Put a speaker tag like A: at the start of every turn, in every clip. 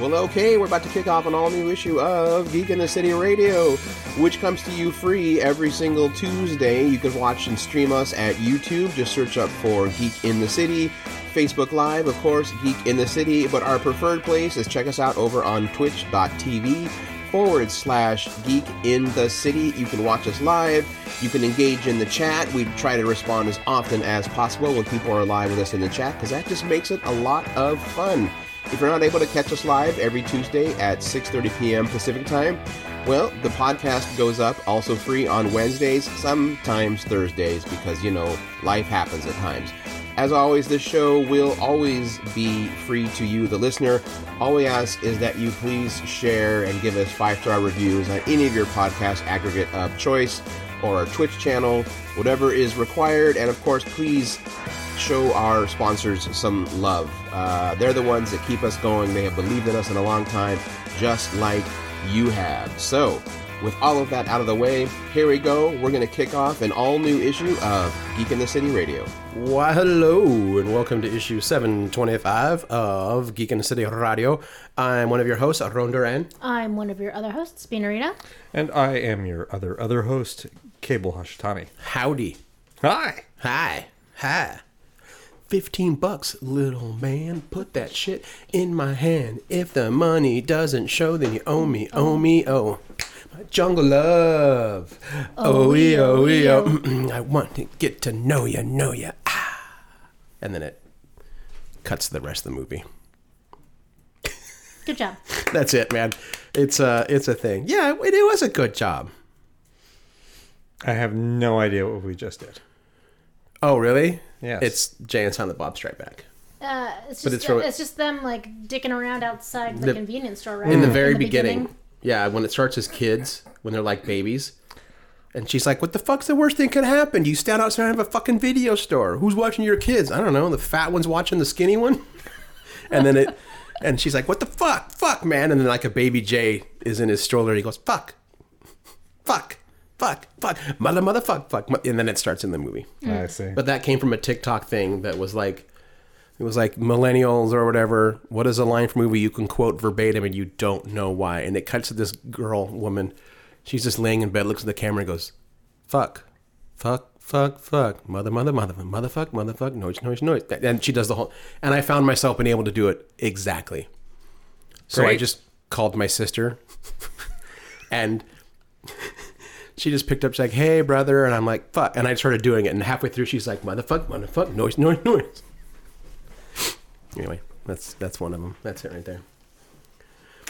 A: Well, okay, we're about to kick off an all new issue of Geek in the City Radio, which comes to you free every single Tuesday. You can watch and stream us at YouTube. Just search up for Geek in the City. Facebook Live, of course, Geek in the City. But our preferred place is check us out over on twitch.tv forward slash geek in the city. You can watch us live. You can engage in the chat. We try to respond as often as possible when people are live with us in the chat because that just makes it a lot of fun. If you're not able to catch us live every Tuesday at 6:30 p.m. Pacific time, well, the podcast goes up also free on Wednesdays, sometimes Thursdays because you know, life happens at times. As always, this show will always be free to you, the listener. All we ask is that you please share and give us five star reviews on any of your podcast aggregate of choice or our Twitch channel, whatever is required. And of course, please show our sponsors some love. Uh, they're the ones that keep us going. They have believed in us in a long time, just like you have. So, with all of that out of the way, here we go. We're going to kick off an all new issue of Geek in the City Radio.
B: Why, hello, and welcome to issue 725 of Geek in the City Radio. I'm one of your hosts, Ron Duran.
C: I'm one of your other hosts, Beanarita.
D: And I am your other other host, Cable Hashitani.
B: Howdy.
D: Hi.
B: Hi. Hi. 15 bucks, little man. Put that shit in my hand. If the money doesn't show, then you owe me, owe me, oh. Jungle love. Oh, we, oh, we, oh. I want to get to know you, know you. Ah. And then it cuts to the rest of the movie.
C: Good job.
B: That's it, man. It's a, it's a thing. Yeah, it, it was a good job.
D: I have no idea what we just did.
B: Oh, really?
D: Yes.
B: It's Jay and Silent Bob Strike Back.
C: Uh, it's,
B: But
C: just,
B: it's from-
C: it's just them like dicking around outside the,
B: The-
C: convenience store, right?
B: Hmm. in the very beginning. Yeah, when it starts as kids, when they're like babies. And she's like, What the fuck's the worst thing could happen? You stand outside of a fucking video store. Who's watching your kids? I don't know. The fat one's watching the skinny one. and then it and she's like, What the fuck? Fuck, man. And then like a baby Jay is in his stroller and he goes, Fuck. Fuck. Fuck. Fuck. Mother mother fuck fuck. mo-" And then it starts in the movie.
D: I see.
B: But that came from a TikTok thing that was like, it was like millennials or whatever. What is a line from a movie you can quote verbatim and you don't know why? And it cuts to this girl, woman. She's just laying in bed, looks at the camera, and goes, fuck, fuck, fuck, fuck, mother, mother, mother, mother, fuck, mother, fuck, noise, noise, noise. And she does the whole, and I found myself being able to do it exactly. So I
D: Great.
B: just called my sister and she just picked up, she's like, hey, brother. And I'm like, fuck. And I started doing it. And halfway through, she's like, motherfuck, motherfuck, noise, noise, noise. Anyway, that's that's one of them. That's it right there.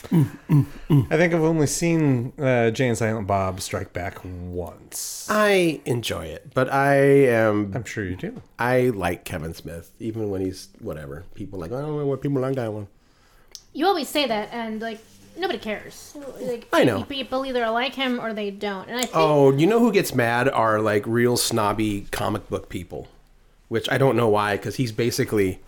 B: Mm.
D: I think I've only seen uh, Jay and Silent Bob Strike Back once.
B: I enjoy it, but I am
D: I'm sure you do.
B: I like Kevin Smith, even when he's whatever. People like, I don't know what people like that one.
C: You always say that, and like nobody cares. Like
B: I know.
C: people either like him or they don't, and I think
B: Oh, you know who gets mad are like real snobby comic book people, which I don't know why, because he's basically,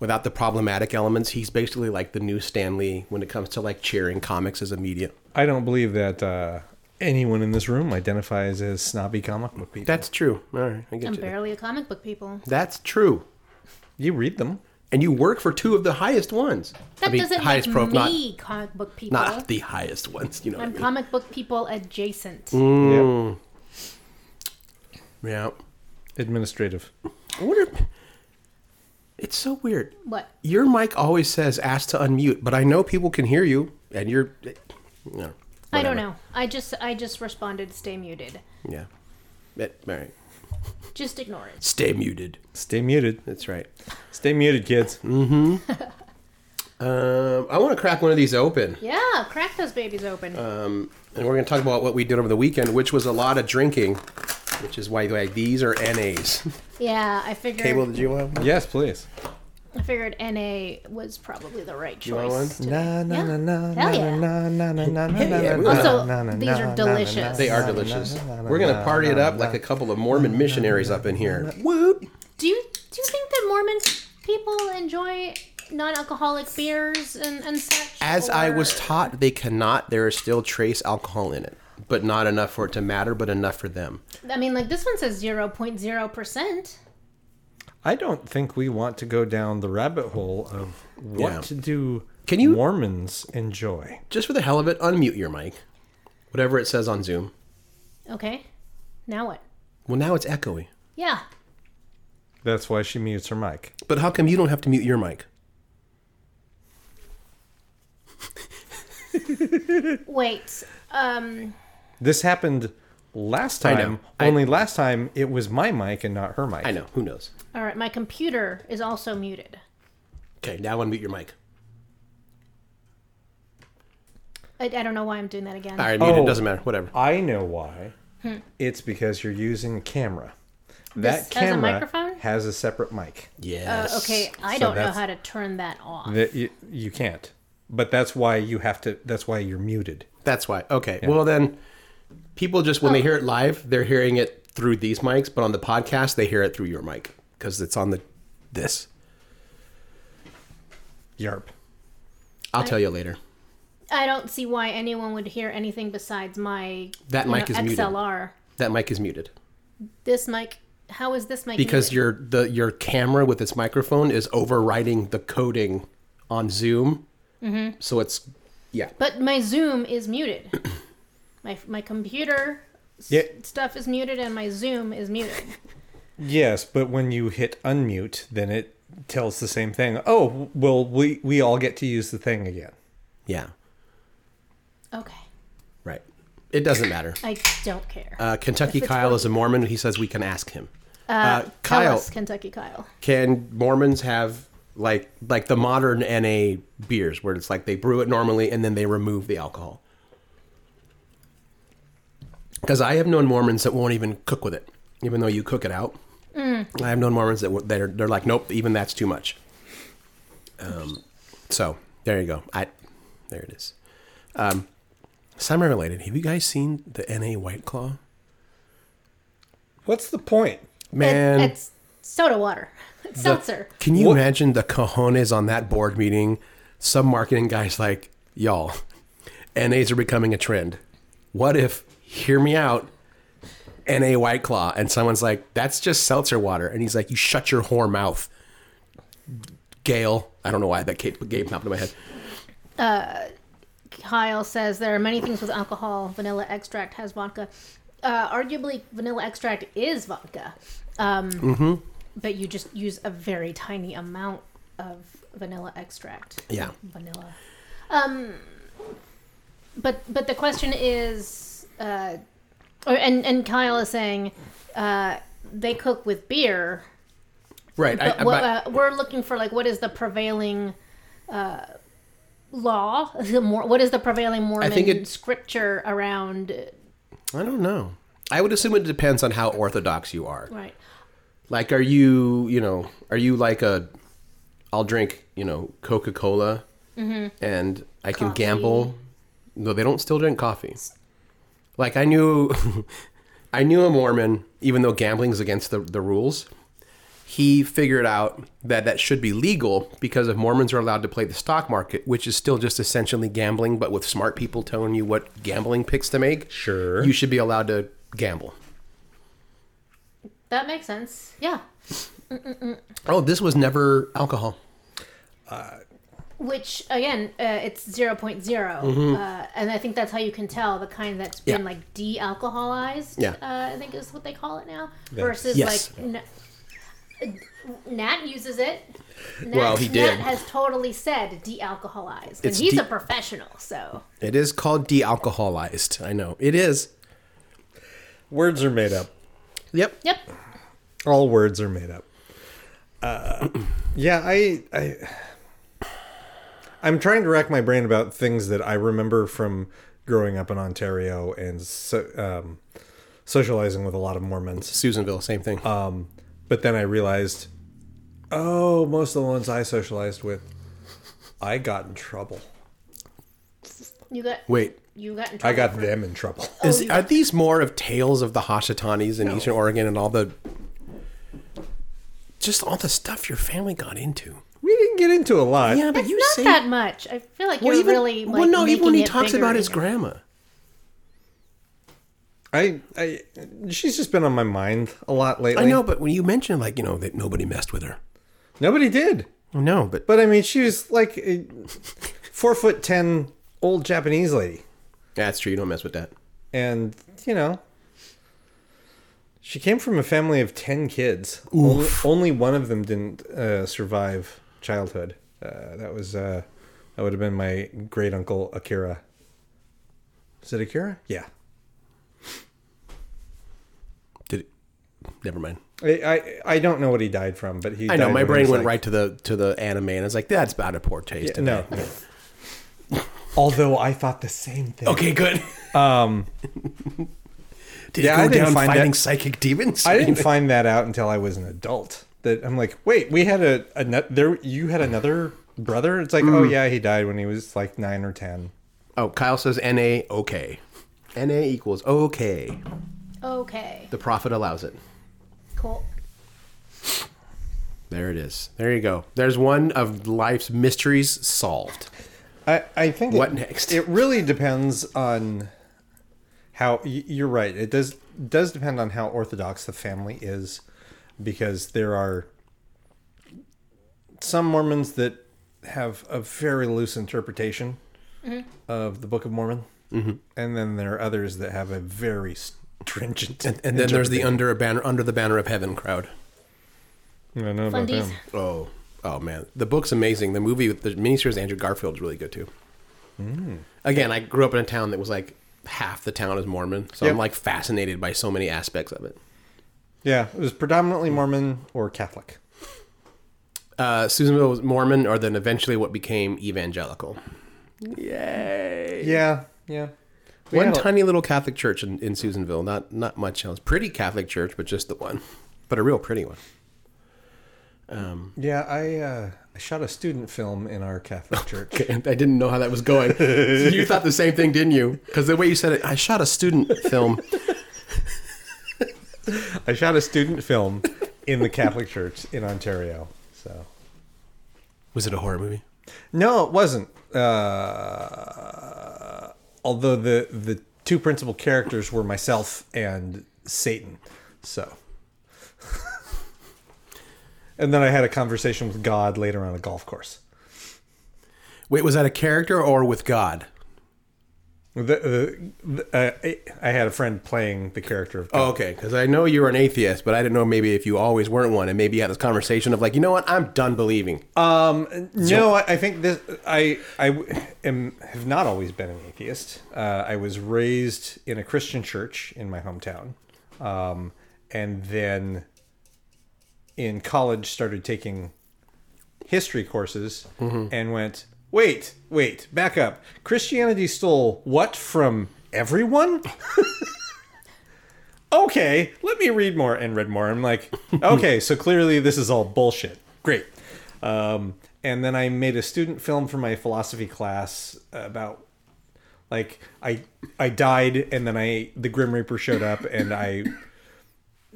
B: without the problematic elements, he's basically like the new Stan Lee when it comes to like cheering comics as a media.
D: I don't believe that uh, anyone in this room identifies as snobby comic book people.
B: That's true. All right, I get
C: I'm
B: you.
C: barely a comic book people.
B: That's true.
D: you read them.
B: And you work for two of the highest ones.
C: That doesn't make
B: prof-
C: me comic book people.
B: not not the highest ones. You know
C: I'm
B: what I mean?
C: comic book people adjacent.
B: Mm. yeah.
D: Administrative.
B: I wonder. if- It's so weird.
C: What?
B: Your mic always says "ask to unmute," but I know people can hear you, and you're. No,
C: I
B: whatever.
C: don't know. I just I just responded, stay muted.
B: Yeah. It- all right.
C: Just ignore it.
B: Stay muted.
D: Stay muted.
B: That's right.
D: Stay muted, kids.
B: Mm. Um, I want to crack one of these open, Um,
C: Yeah, crack those babies open.
B: Uh, and we're going to talk about what we did over the weekend, which was a lot of drinking, which is why like, these are NAs.
C: yeah, I figured
B: Cable, did you want? One?
D: Yes, please.
C: I figured NA was probably the right choice.
B: You want one?
C: to- Yeah. Hell yeah. Also, these are delicious.
B: They are delicious. We're going to party it up like a couple of Mormon missionaries up in here. Woot!
C: Do you do you think that Mormon people enjoy non-alcoholic beers and, and such?
B: As I
C: or-
B: was taught, they cannot. There is still trace alcohol in it, but not enough for it to matter, but enough for them.
C: I mean, like this one says zero point zero percent.
D: I don't think we want to go down the rabbit hole of what
B: Yeah.
D: to do
B: Can you
D: Mormons enjoy.
B: just for the hell of it unmute your mic? Whatever it says on Zoom.
C: Okay. Now what?
B: Well, now it's echoey.
C: Yeah.
D: That's why she mutes her mic.
B: But how come you don't have to mute your mic?
C: Wait. Um.
D: This happened last
B: I know.
D: time.
B: I-
D: Only last time it was my mic and not her mic.
B: I know. Who knows?
C: All right. My computer is also muted.
B: Okay, now unmute your mic.
C: I, I don't know why I'm doing that again.
B: All right, mute it.
D: Oh.
B: Doesn't matter. Whatever.
D: I know why. It's because you're using a camera.
C: Hmm. This
D: that
C: has a
D: camera
C: microphone?
D: has a separate mic
C: Uh,
B: Yes.
C: okay. I
D: So
C: don't know
D: that's-
C: how to turn that off.
D: that you, you can't. But that's why you have to. That's why you're muted.
B: That's why. Okay. Well, then people just, when they
C: Oh.
B: hear it live, they're hearing it through these mics, but on the podcast, they hear it through your mic because it's on the this.
D: Yarp.
B: I'll tell you later.
C: I don't see why anyone would hear anything besides my
B: That
C: you
B: mic is muted.
C: XLR.
B: That mic is muted
C: This mic. How is this mic?
B: because
C: muted?
B: your the your camera with its microphone is overriding the coding on Zoom. Mm-hmm. So it's yeah.
C: But my Zoom is muted. my my computer s-
D: Yeah.
C: stuff is muted and my Zoom is muted.
D: Yes, but when you hit unmute, then it tells the same thing. Oh, well, we we all get to use the thing again.
B: Yeah.
C: Okay.
B: Right. It doesn't matter.
C: I don't care.
B: Uh, Kentucky
C: If it's
B: Kyle is a Mormon. He says we can ask him. Uh,
C: Tell
B: Kyle,
C: us, Kentucky Kyle.
B: can Mormons have like like the modern NA beers where it's like they brew it normally and then they remove the alcohol? Because I have known Mormons that won't even cook with it, even though you cook it out. I have known Mormons that w- they're they're like, nope, even that's too much. Um, so there you go. I there it is. Um, semi related. Have you guys seen the NA White Claw?
D: What's the point?
B: Man,
C: It- it's soda water. It's seltzer.
B: Can you
D: What-
B: imagine the cojones on that board meeting? Some marketing guys like, y'all, NAs are becoming a trend. What if, hear me out, NA White Claw, and someone's like, that's just seltzer water. And he's like, you shut your whore mouth. Gail. I don't know why that Kate Gabe popped in my head.
C: Kyle says there are many things with alcohol. Vanilla extract has vodka. Uh, arguably, vanilla extract is vodka. Um,
B: Mm-hmm.
C: But you just use a very tiny amount of vanilla extract.
B: Yeah.
C: Vanilla. Um, but but the question is, uh, or, and and Kyle is saying uh, they cook with beer.
B: Right. I,
C: But
B: I-
C: what,
B: but-
C: uh, we're looking for like what is the prevailing uh, law? The more, what is the prevailing Mormon
B: think it-
C: scripture around? uh,
B: I don't know. I would assume it depends on how orthodox you are.
C: Right.
B: Like, are you, you know, are you like a, I'll drink, you know, Coca Cola and I can
C: Coffee.
B: gamble? No, they don't still drink coffee. Like, I knew, I knew a Mormon, even though gambling's against the, the rules, he figured out that that should be legal because if Mormons are allowed to play the stock market, which is still just essentially gambling, but with smart people telling you what gambling picks to make,
D: Sure.
B: you should be allowed to gamble.
C: That makes sense. Yeah.
B: Oh, this was never alcohol.
C: Which again, uh, it's 0.0. Uh, and I think that's how you can tell the kind that's been
B: Mm-hmm. Yeah.
C: like de-alcoholized.
B: Yeah.
C: Uh, I think is what they call it now. Versus
B: Yes.
C: like n- Nat uses it. Nat,
B: Well, he did.
C: Nat has totally said de-alcoholized, and
B: It's
C: he's
B: de-
C: a professional, so.
B: It is called de-alcoholized. I know it is.
D: Words are made up.
B: Yep.
C: Yep.
D: All words are made up. Uh, yeah, I, I, I'm trying to rack my brain about things that I remember from growing up in Ontario and so, um, socializing with a lot of Mormons.
B: Susanville, same thing.
D: But then I realized, oh, most of the ones I socialized with, I got in trouble.
C: You got
B: Wait,
C: You got in trouble.
D: I got them in trouble.
B: is, are these more of tales of the Hashitanis in Eastern Oregon and all the just all the stuff your family got into?
D: We didn't get into a lot.
B: Yeah, but
C: It's
B: you
C: not
B: say
C: that much. I feel like you're
B: well, even
C: really like
B: well, no, even
C: making
B: when he
C: it
B: talks
C: bigger
B: about
C: in
B: his
C: your-
B: grandma.
D: I, I, she's just been on my mind a lot lately.
B: I know, but when you mention like you know that nobody messed with her,
D: Nobody did.
B: no, but
D: But I mean, she was like, eh, four foot ten old Japanese lady,
B: Yeah, that's true. You don't mess with that.
D: and you know, she came from a family of ten kids. Only, only one of them didn't uh, survive childhood. Uh, that was uh, that would have been my great uncle Akira. Is it Akira? Yeah.
B: Did it? Never mind.
D: I, I I don't know what he died from, but he.
B: I know
D: died
B: my
D: when he
B: brain
D: was,
B: went
D: like,
B: right to the to the anime, and I was like, "That's about a poor taste." in
D: No. Although I thought the same thing.
B: it. Okay, good.
D: Um,
B: Did
D: Yeah, I
B: it go
D: didn't
B: down
D: find
B: fighting
D: that-
B: psychic demons?
D: I didn't find that out until I was an adult. That I'm like, wait, we had a, a ne- there. You had another brother. It's like, oh
B: Mm.
D: yeah, he died when he was like nine or ten.
B: Oh, Kyle says NA okay. NA equals okay.
C: Okay.
B: The prophet allows it.
C: Cool.
B: There it is. There you go. There's one of life's mysteries solved.
D: I I think
B: What
D: it,
B: next?
D: It really depends on how y- you're right. It does does depend on how orthodox the family is, because there are some Mormons that have a very loose interpretation Mm-hmm. of the Book of Mormon,
B: Mm-hmm.
D: and then there are others that have a very stringent. And,
B: And then there's the under a banner under the banner of heaven crowd.
D: I don't know about
C: Fundies.
D: them.
B: Oh, oh man, the book's amazing. The movie, the miniseries, with Andrew Garfield's really good too. Mm. Again, I grew up in a town that was like half the town is Mormon, so
D: Yep.
B: I'm like fascinated by so many aspects of it.
D: Yeah, it was predominantly Mormon or Catholic.
B: Uh, Susanville was Mormon, or then eventually what became evangelical. Yay!
D: Yeah, yeah. We
B: one
D: had a-
B: tiny little Catholic church in, in Susanville. Not not much else. Pretty Catholic church, but just the one, but a real pretty one.
D: Yeah, I uh, I shot a student film in our Catholic church.
B: Okay, I didn't know how that was going. you thought the same thing, didn't you? Because the way you said it, I shot a student film.
D: I shot a student film in the Catholic church in Ontario. So
B: Was it a horror movie?
D: no, it wasn't. Uh, although the the two principal characters were myself and Satan. So. and then I had a conversation with God later on a golf course.
B: Wait, was that a character or with God?
D: The, the, the, uh, I- I had a friend playing the character of God.
B: Oh, okay, because I know you were an atheist, but I didn't know maybe if you always weren't one, and maybe you had this conversation of like, you know what, I'm done believing.
D: Uh, No, I, I think this. I I w- am have not always been an atheist. Uh, I was raised in a Christian church in my hometown, um, and then in college started taking history courses and went. Wait, wait, back up. Christianity stole what from everyone? okay, let me read more and read more. I'm like, okay, so clearly this is all bullshit. Great. Um, and then I made a student film for my philosophy class about like I I died and then I the Grim Reaper showed up and I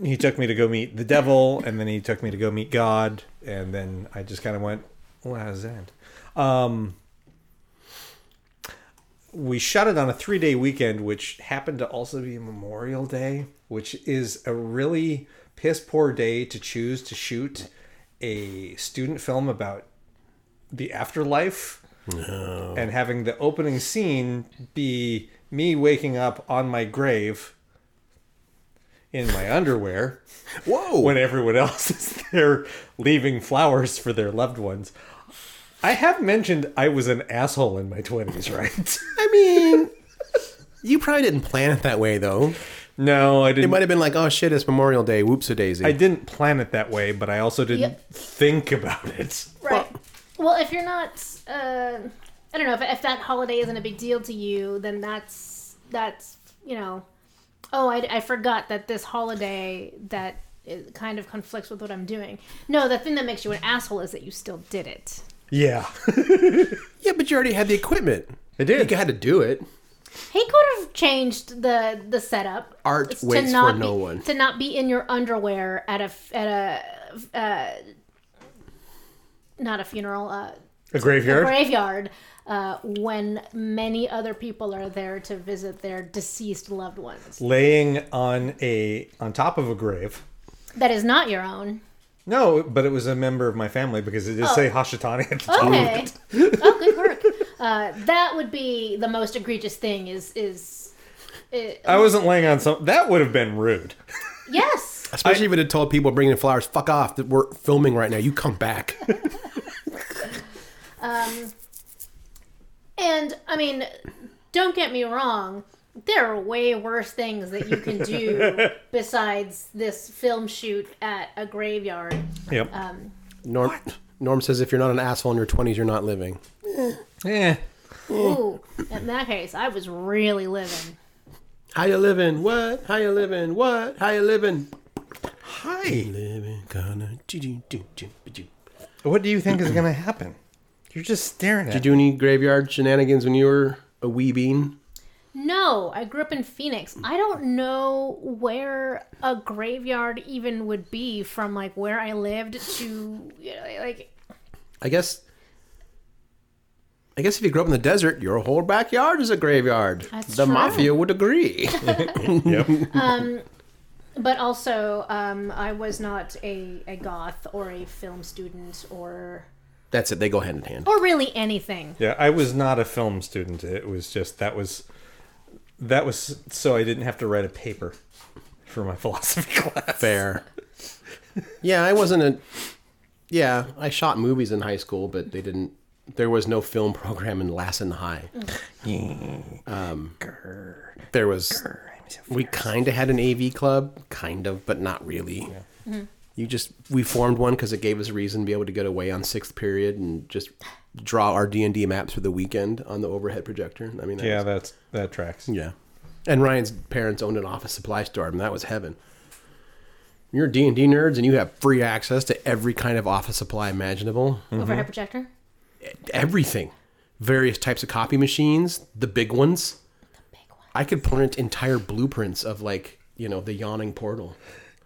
D: he took me to go meet the devil and then he took me to go meet God and then I just kind of went well how's that end? Um, we shot it on a three day weekend, which happened to also be Memorial Day, which is a really piss poor day to choose to shoot a student film about the afterlife and having the opening scene be me waking up on my grave in my underwear
B: Whoa!
D: when everyone else is there leaving flowers for their loved ones. I have mentioned I was an asshole in my 20s, right?
B: I mean, you probably didn't plan it that way, though.
D: No, I
B: It
D: didn't.
B: might have been like, oh shit, it's Memorial Day. Whoops, a daisy.
D: I didn't plan it that way, but I also didn't
C: Yep.
D: think about it.
C: Right. Well, if you're not, uh, I don't know, if, if that holiday isn't a big deal to you, then that's that's you know, oh, I, I forgot that this holiday that it kind of conflicts with what I'm doing. No, the thing that makes you an asshole is that you still did it.
D: Yeah,
B: yeah, but you already had the equipment. I
D: did.
B: You had to do it.
C: He could have changed the the setup.
B: Art
C: It's
B: waits for
C: be,
B: no one.
C: To not be in your underwear at a f- at a f- uh, not a funeral. Uh,
D: a graveyard.
C: graveyard uh, when many other people are there to visit their deceased loved ones.
D: Laying on a on top of a grave.
C: That is not your own.
D: No, but it was a member of my family because it did say Hashitani at the top.
C: Oh. Okay. oh, good work. Uh, that would be the most egregious thing. Is is it,
D: I wasn't laying on some. That would have been rude.
C: yes.
B: Especially if it had told people bringing flowers, fuck off, that we're filming right now. You come back.
C: And I mean, don't get me wrong. There are way worse things that you can do besides this film shoot at a graveyard.
D: Yep.
C: Um.
B: Norm, Norm says if you're not an asshole in your 20s, you're not living.
D: Eh.
C: Ooh, in that case, I was really living.
B: How you living? What? How you living? What? How you living?
D: Hi.
B: Living kinda. Do-do-do-do-do.
D: What do you think is going to happen? You're just staring at
B: Did you do any graveyard shenanigans when you were a wee bean?
C: No, I grew up in Phoenix. I don't know where a graveyard even would be from like where I lived to you know, like
B: I guess. I guess if you grew up in the desert, your whole backyard is a graveyard.
C: That's
B: the
C: true.
B: mafia would agree.
C: But also, um, I was not a, a goth or a film student or
B: That's it. They go hand in hand.
C: or really anything.
D: Yeah, I was not a film student. It was just that was that was so I didn't have to write a paper for my philosophy class.
B: Fair. yeah, I wasn't a. Yeah, I shot movies in high school, but they didn't. There was no film program in Lassen High. Um, There was. We kind of had an AV club, kind of, but not really. You just we formed one because it gave us a reason to be able to get away on sixth period and just draw our D and D maps for the weekend on the overhead projector. I mean, that
D: Yeah,
B: was-
D: that's that tracks.
B: yeah. And Ryan's parents owned an office supply store, and that was heaven. You're D and D nerds, and you have free access to every kind of office supply imaginable,
C: Overhead
D: Mm-hmm.
C: projector.
B: everything, various types of copy machines, the big ones.
C: Big one.
B: I could print entire blueprints of like you know the yawning portal.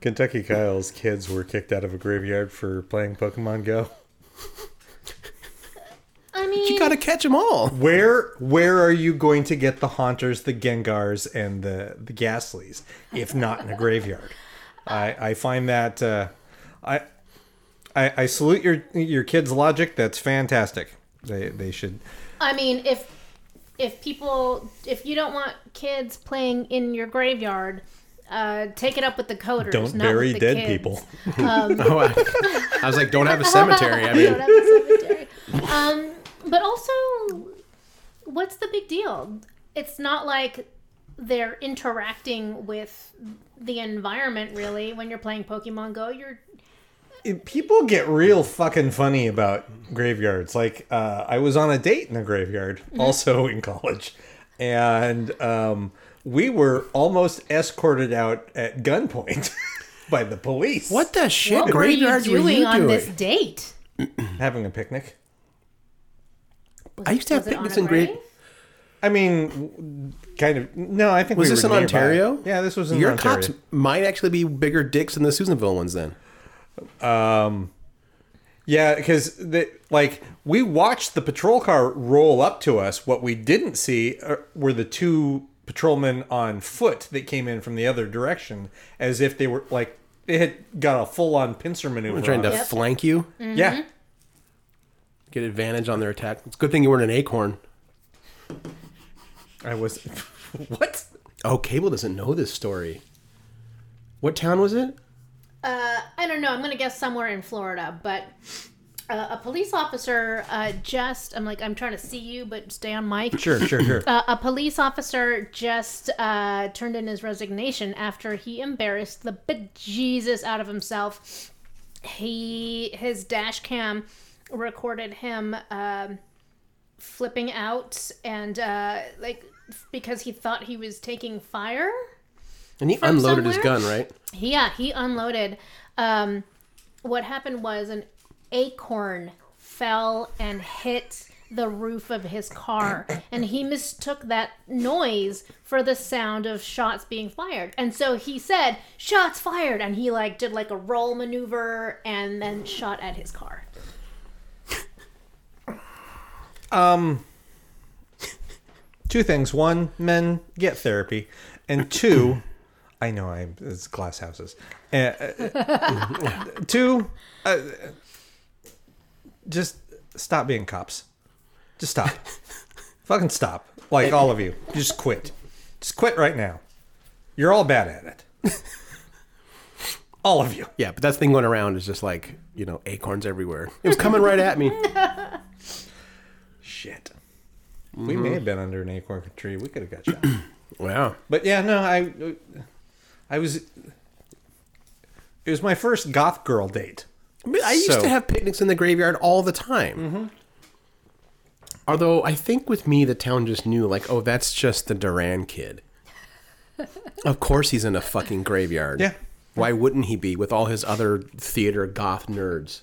D: Kentucky Kyle's kids were kicked out of a graveyard for playing Pokemon Go.
C: I mean,
B: You gotta catch them all.
D: Where where are you going to get the Haunters, the Gengars, and the the Ghastlies if not in a graveyard? I I find that uh, I, I I salute your your kids' logic. That's fantastic. They they should
C: I mean, if if people if you don't want kids playing in your graveyard, uh, take it up with the coders.
D: don't
C: not with
D: bury
C: the
D: dead
C: kids.
D: people.
B: Oh, I, I was like, don't have a cemetery. I
C: Don't
B: mean,
C: have a cemetery. um, but also, what's the big deal? It's not like they're interacting with the environment really when you're playing Pokemon Go. You're
D: It- people get real fucking funny about graveyards. Like, uh, I was on a date in a graveyard,
B: Mm-hmm.
D: also in college, and um, we were almost escorted out at gunpoint by the police.
B: what the shit?
C: what were you
B: graveyards
C: doing on this date?
D: Having a picnic.
B: I used to have
C: Was it on
B: picnics
C: a
B: in grade.
C: grave?
D: I mean, w- kind of. No, I think
B: Was
D: we
B: this
D: were
B: in
D: nearby.
B: Ontario?
D: Yeah, this was in
B: Your
D: Ontario.
B: cops might actually be bigger dicks than the Susanville ones then.
D: Yeah, because like we watched the patrol car roll up to us. What we didn't see uh, were the two patrolmen on foot that came in from the other direction, as if they were like they had got a full-on pincer maneuver.
B: They're trying
D: on
B: to
D: us.
B: flank you,
C: Mm.
D: yeah.
B: get advantage on their attack. It's a good thing you weren't an acorn.
D: I was what?
B: Oh, Cable doesn't know this story. What town was it?
C: I don't know. I'm gonna guess somewhere in Florida, but uh, a police officer uh, just I'm like I'm trying to see you, but stay on mic.
D: Sure, sure, sure.
C: Uh, a police officer just uh, turned in his resignation after he embarrassed the bejesus out of himself. He his dash cam recorded him um flipping out and uh, like because he thought he was taking fire.
B: And he unloaded his
C: somewhere?
B: gun, right?
C: Yeah, he unloaded. Um, what happened was an acorn fell and hit the roof of his car, and he mistook that noise for the sound of shots being fired. And so he said, "Shots fired," and he like did like a roll maneuver and then shot at his car.
D: two things: one, men get therapy, and two, I know I it's glass houses. Uh, uh, two, uh, just stop being cops. Just stop. Fucking stop. Like all of you, just quit. Just quit right now. You're all bad at it. all of you.
B: Yeah, but that thing going around is just like, you know, acorns everywhere. It was coming right at me.
D: Shit. We may have been under an acorn tree. We could have got shot.
B: Wow.
D: But yeah, no, I, I was. It was my first goth girl date.
B: I used
D: So- Mm-hmm.
B: to have picnics in the graveyard all the time. Although I think with me, the town just knew, like, oh, that's just the Duran kid. of course he's in a fucking graveyard.
D: Yeah.
B: Why wouldn't he be with all his other theater goth nerds?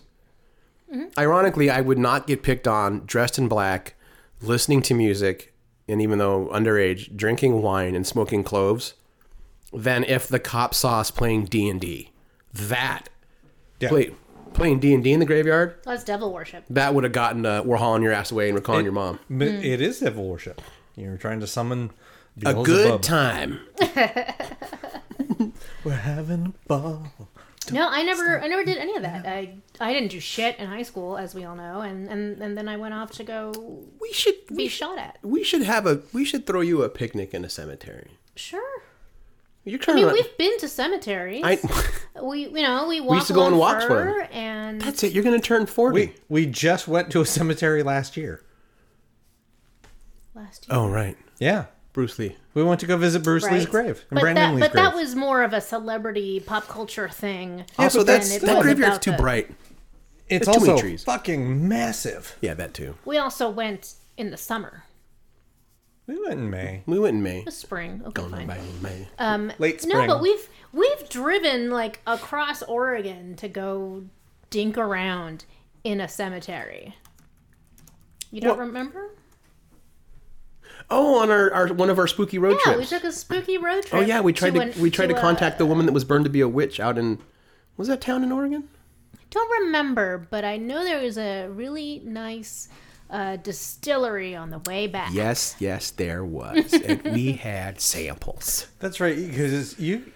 D: Mm-hmm.
B: Ironically, I would not get picked on dressed in black, listening to music, and even though underage, drinking wine and smoking cloves than if the cop saw us playing D&D. That
D: Yeah.
B: Play, playing D and D in the graveyard,
C: That's devil worship.
B: that would have gotten uh, we're hauling your ass away and we're calling your mom.
C: Hmm.
D: But it is devil worship. You're trying to summon
B: A
D: Beelzebub.
B: good time.
D: We're having a ball.
B: Hmm.
C: No, I never, I never did any of that. I, I didn't do shit in high school, as we all know, and and, and then I went off to go
B: We should
C: be
B: we,
C: shot at.
B: we should have a we should throw you a picnic in a cemetery.
C: Sure.
B: You're
C: I
B: trying
C: mean,
B: to.
C: we've been to cemeteries.
B: I,
C: we, you know, we walk
B: used to go on
C: along
B: walks with
C: fur and
B: that's it. You're going to turn forty.
D: We we just went to a cemetery last year.
C: last year.
B: Oh right,
D: Yeah,
B: Bruce Lee.
D: we went to go visit Bruce Lee's
C: Right.
D: grave and
C: but
D: Brandon
C: that,
D: Lee's
C: but
D: grave.
C: that was more of a celebrity pop culture thing.
B: also,
D: but
B: that's
C: then it
B: that
C: was
B: graveyard's
C: about
B: too
C: the-
B: bright.
D: it's
B: there's too many
D: also
B: trees.
D: fucking massive.
B: Yeah, that too.
C: We also went in the summer,
D: We went in May,
B: We went in May.
C: the spring. Okay, fine. Uh,
B: Bye, May.
D: late spring.
C: No, but we've we've driven like across Oregon to go dink around in a cemetery. You don't remember?
B: oh, on our, our one of our spooky road
C: Yeah, we
B: trips.
C: took a spooky road trip.
B: oh yeah, we tried to,
C: an-
B: we tried to,
C: a-
B: contact the woman that was burned to be a witch out in was that town in Oregon?
C: Don't remember, but I know there was a really nice uh, distillery on the way back.
B: Yes, yes, there was. and we had samples.
D: That's right, because you,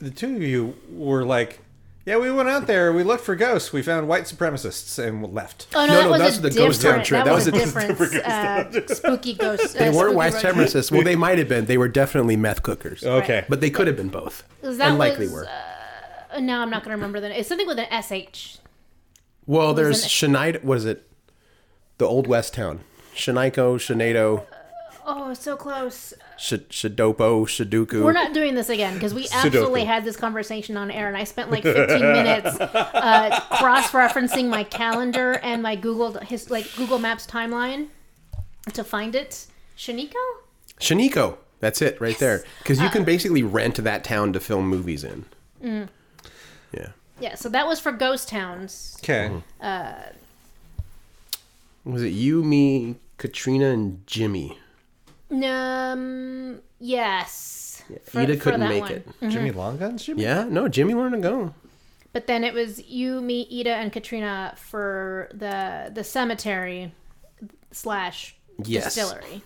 D: the two of you were like, yeah, we went out there, we looked for ghosts, we found white supremacists, and left.
C: Oh no,
B: No,
C: that
B: no,
C: was
B: that's
C: a
B: the
C: different.
B: ghost town trip.
C: That,
B: That
C: was,
B: was
C: a
B: a
C: different uh, spooky ghost.
B: They
C: uh,
B: weren't
C: spooky
B: white
C: road trip.
B: supremacists. Well, they might have been. They were definitely meth cookers.
D: Okay,
B: But they could have been both.
C: That
B: and likely
C: was,
B: were.
C: Uh, no, I'm not going to remember that. It's something with an SH.
B: well,
C: was
B: there's Shenida. Was it the Old West town? Sheniko, Shenado,
C: Oh, so close.
B: Sh- Shidopo, Shiduku.
C: We're not doing this again because we absolutely had this conversation on air, and I spent like 15 minutes uh, cross-referencing my calendar and my Google his like Google Maps timeline to find it. Shiniko?
B: Shiniko. That's it right there. Because
C: Uh,
B: you can basically rent that town to film movies in.
C: mm.
B: Yeah.
C: Yeah. So that was for ghost towns.
B: Mm-hmm.
D: okay.
B: Was it you, me, Katrina, and Jimmy?
C: Um. Yes. For-
B: Ida
C: for
B: couldn't
C: that
B: make
C: one.
B: it.
D: Jimmy Long Guns, Jimmy?
B: Yeah, no, Jimmy learned to go.
C: But then it was you, me, Ida, and Katrina for the the cemetery slash
B: Yes.
C: distillery.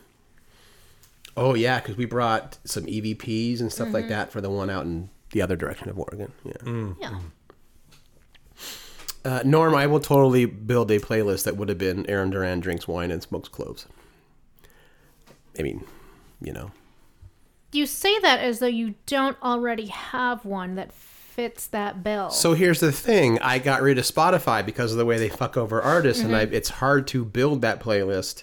B: Oh yeah, because we brought some EVPs and stuff like that for the one out in the other direction of Oregon. Yeah.
C: Yeah.
B: Uh, Norm, I will totally build a playlist that would have been Aaron Duran drinks wine and smokes cloves. I mean, you know,
C: You say that as though you don't already have one that fits that bill.
B: So here's the thing: I got rid of Spotify because of the way they fuck over artists, and I, it's hard to build that playlist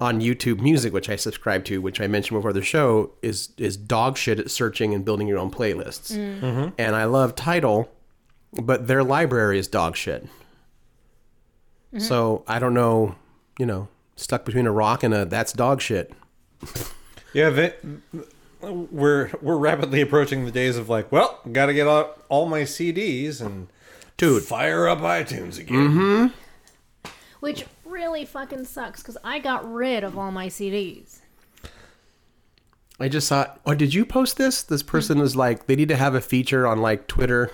B: on YouTube Music, which I subscribe to, which I mentioned before the show is is dog shit at searching and building your own playlists. And I love Tidal, but their library is dog shit. So I don't know, you know, stuck between a rock and a that's dog shit.
D: Yeah, they, we're we're rapidly approaching the days of like, well, got to get out all my CDs and
B: Dude. Mm-hmm.
D: fire up iTunes again.
C: Which really fucking sucks because I got rid of all my CDs.
B: I just saw. Oh, did you post this? This person is like, they need to have a feature on like Twitter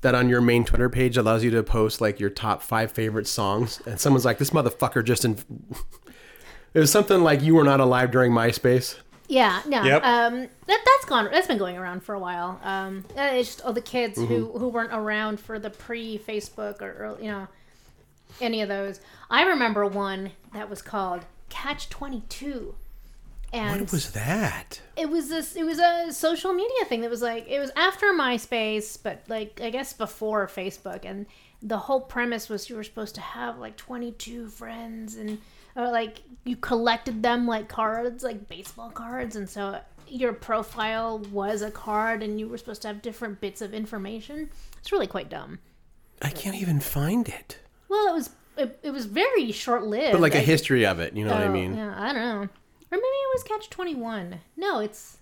B: that on your main Twitter page allows you to post like your top five favorite songs. And someone's like, this motherfucker just in. It was something like you were not alive during MySpace.
C: Yeah, no.
D: Yep.
C: Um, that that's gone. That's been going around for a while. Um, and it's just all the kids
B: Mm-hmm.
C: who who weren't around for the pre Facebook or early, you know any of those. I remember one that was called Catch Twenty Two, and
B: What was that?
C: it was this it was a social media thing that was like it was after myspace but like i guess before facebook and the whole premise was you were supposed to have like 22 friends and or like you collected them like cards like baseball cards and so your profile was a card and you were supposed to have different bits of information it's really quite dumb
B: I can't even find it.
C: well it was it, it was very short lived
B: But like a history of it, you know what I mean?
C: Oh, yeah i don't know or maybe it was catch 21 no it's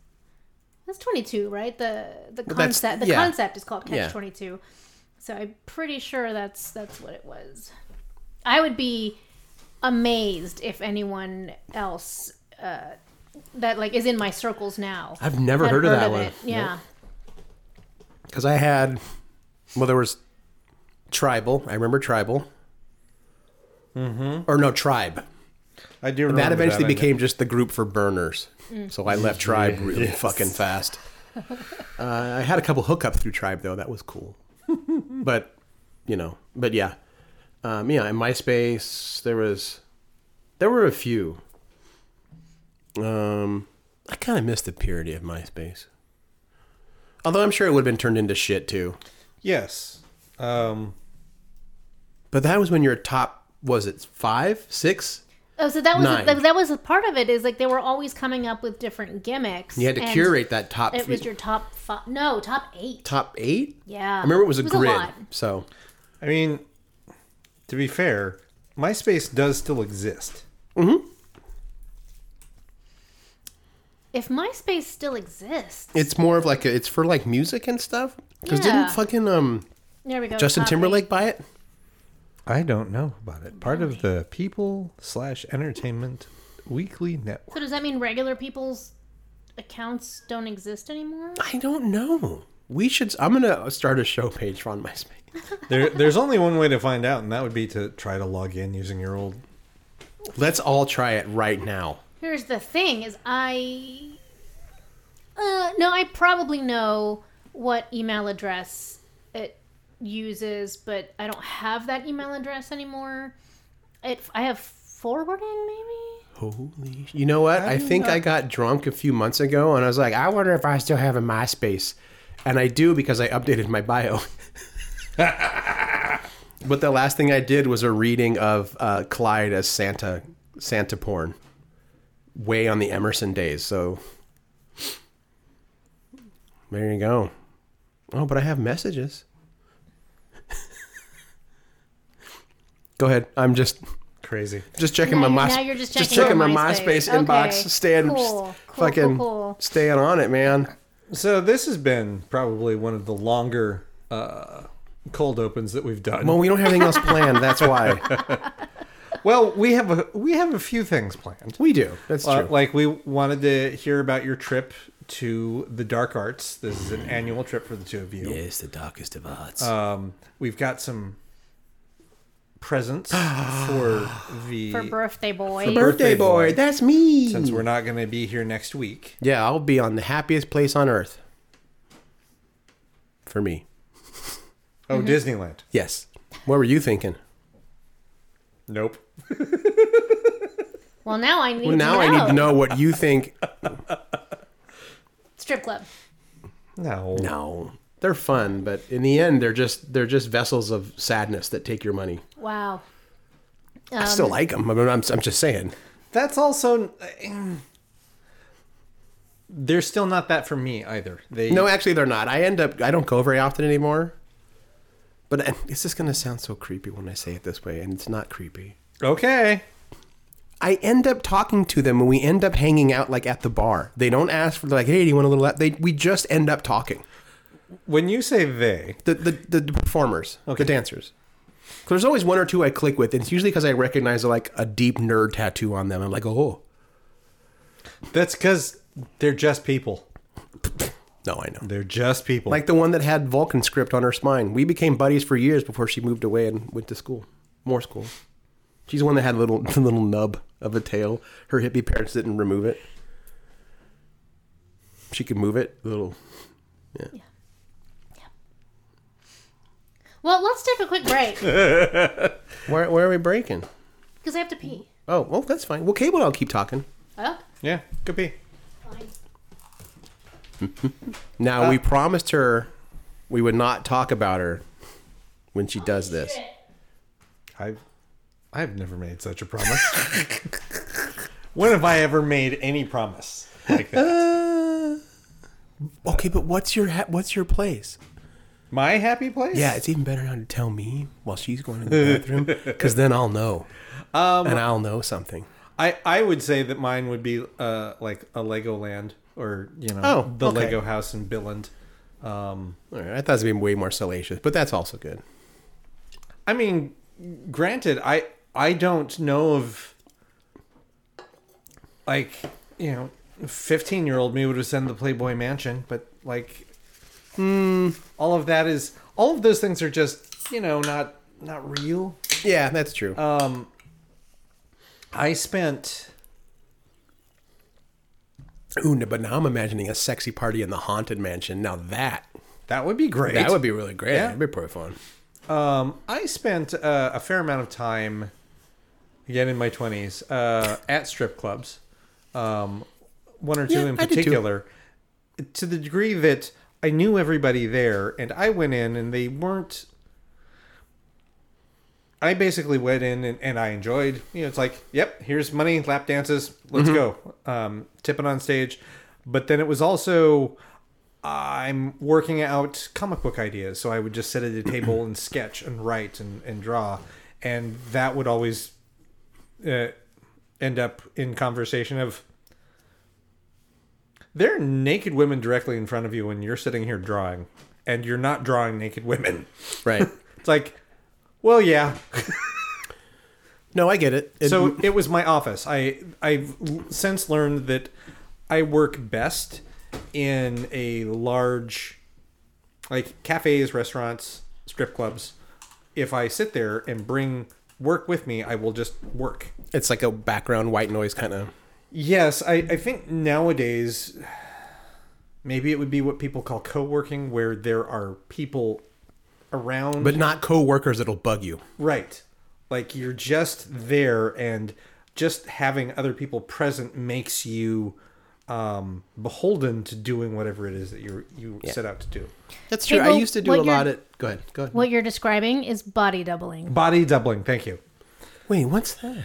C: that's 22 right the the
B: that's-
C: concept the
B: yeah.
C: concept is called catch
B: Yeah.
C: 22 so i'm pretty sure that's that's what it was i would be amazed if anyone else uh, that like is in my circles now
B: I've never
C: had
B: heard of that one.
C: it. yeah
B: because I had well there was tribal. I remember tribal. Mm-hmm. Or no tribe.
D: I do remember
B: That eventually
D: Oh, I-
B: became just the group for burners. So I left tribe really fucking fast. Uh, I had a couple hookups through tribe though. That was cool. but you know, but yeah, um, yeah. In MySpace, there was there were a few. Um, I kind of missed the purity of MySpace. Although I'm sure it would have been turned into shit too.
D: Yes. Um,
B: But that was when your top was it five, six?
C: Oh, so that was
B: Nine.
C: that was a part of it. Is like they were always coming up with different gimmicks.
B: You had to
C: and
B: curate that top
C: It was
B: three-
C: your top five. No, top eight.
B: top eight.
C: Yeah,
B: I remember it was a grid.
C: lot.
B: so
D: I mean, to be fair, MySpace does still exist.
C: If MySpace still exists,
B: it's more of like a, it's for like music and stuff. Because
C: Yeah.
B: didn't fucking um
C: there we go.
B: Justin
C: top
B: Timberlake buy it?
D: I don't know about it. Part of the People slash Entertainment Weekly
C: eight.
D: Network.
C: So does that mean regular people's accounts don't exist anymore?
B: I don't know. We should. I'm gonna start a show page on MySpace.
D: There, there's only one way to find out, and that would be to try to log in using your old.
B: Let's all try it right now.
C: Here's the thing: is I, uh, no, I probably know what email address it uses, but I don't have that email address anymore. It, I have forwarding, maybe.
B: Holy! sh- You know what? I think I got drunk a few months ago, and I was like, I wonder if I still have a MySpace, and I do because I updated my bio. but the last thing I did was a reading of uh, Clyde as Santa Santa porn, way on the Emerson days. So there you go. Oh, but I have messages. go ahead. I'm just
D: Crazy.
B: just checking my
C: Now you're-
B: MySpace.
C: now you're just checking
B: my
C: your
B: MySpace
C: MySpace.
B: inbox.
C: Okay.
B: Staying
C: Cool,
B: just
C: cool, cool,
B: fucking
C: cool.
B: staying on it, man.
D: So this has been probably one of the longer uh, cold opens that we've done.
B: Well, we don't have anything else planned. That's why
D: Well, we have a we have a few things planned.
B: we do. That's true.
D: Uh, like we wanted to hear about your trip to the dark arts. This is an annual trip for the two of you.
B: it's the darkest of arts.
D: Um, we've got some presents for the
C: For birthday boy.
B: Birthday
D: birthday
B: boy,
D: boy.
B: that's me.
D: since we're not going to be here next week.
B: yeah, I'll be on the happiest place on earth. For me,
D: Oh,
B: Mm-hmm.
D: Disneyland.
B: yes. What were you thinking?
D: Nope.
C: well, now I need
B: Well, now
C: to
B: I
C: know.
B: need to know what you think.
C: Strip club.
D: No.
B: No, they're fun, but in the end, they're just they're just vessels of sadness that take your money.
C: Wow. Um,
B: I still like them. I'm, I'm, I'm just saying.
D: That's also they're still not that for me either. They
B: No, actually, they're not. I end up I don't go very often anymore. But I- this is going to sound so creepy when I say it this way, and it's not creepy.
D: Okay.
B: I end up talking to them, and we end up hanging out like at the bar. They don't ask for like, "Hey, do you want a little?" la-" They we just end up talking.
D: When you say they,
B: The the, the, performers, the dancers. 'Cause There's always one or two I click with, and it's usually because I recognize like a deep nerd tattoo on them. I'm like, oh,
D: that's cuz they're just people.
B: no, I know.
D: They're just people.
B: Like the one that had Vulcan script on her spine. We became buddies for years before she moved away and went to school, more school. She's the one that had a little little nub of a tail. Her hippie parents didn't remove it. she could move it a little. Yeah.
C: Well, let's take a quick break
B: Where, where are we breaking?
C: because I have to pee.
B: Oh, well, that's fine. Well, Cable, and I'll keep talking.
C: Oh,
D: Yeah, could be.
C: fine.
B: Now, we promised her we would not talk about her when she does this.
D: I've I've never made such a promise. when have I ever made any promise like
B: Uh,
D: that?
B: Okay, but what's your ha- what's your place?
D: My happy place?
B: Yeah, it's even better not to tell me while she's going to the bathroom because then I'll know, and I'll know something.
D: I, I would say that mine would be uh, like a Legoland or you know
B: Oh,
D: the
B: okay.
D: Lego house in Billund. Um,
B: All right, I thought it'd be way more salacious, but that's also good.
D: I mean, granted, I I don't know of like you know, fifteen year old me would have said the Playboy Mansion, but like, hmm, all of that is all of those things are just you know not not real.
B: Yeah, that's true.
D: I spent
B: Ooh, no, but now I'm imagining a sexy party in the haunted mansion. Now that
D: that would be great.
B: that would be really great. That'd be pretty fun.
D: Um, I spent uh, a fair amount of time, again in my twenties, uh, at strip clubs, um, one or two
B: Yeah,
D: in
B: I did too.
D: particular, to the degree that I knew everybody there, and I went in, and they weren't. I basically went in and, and I enjoyed. You know, it's like, yep, here's money, lap dances,
B: Mm-hmm.
D: let's go, um, tipping on stage, but then it was also. I'm working out comic book ideas, so I would just sit at a table and sketch and write and, and draw, and that would always uh, end up in conversation of there are naked women directly in front of you, and you're sitting here drawing, and you're not drawing naked women.
B: Right.
D: It's like, well, yeah.
B: no, I get it. It-
D: So it was my office. I I've l- since learned that I work best in a large like cafes, restaurants, strip clubs. If I sit there and bring work with me, I will just work.
B: it's like a background white noise kind of.
D: Yes, I, I think nowadays maybe it would be what people call co-working where there are people around
B: But not co-workers that'll bug you.
D: Right. Like you're just there and just having other people present makes you um beholden to doing whatever it is that you you set out to do.
B: That's
C: Hey,
B: true. I
C: well,
B: used to do
C: what
B: a
C: you're-
B: lot at. Go ahead. Go ahead.
C: What you're describing is body doubling.
D: Body doubling, thank you.
B: Wait, what's that?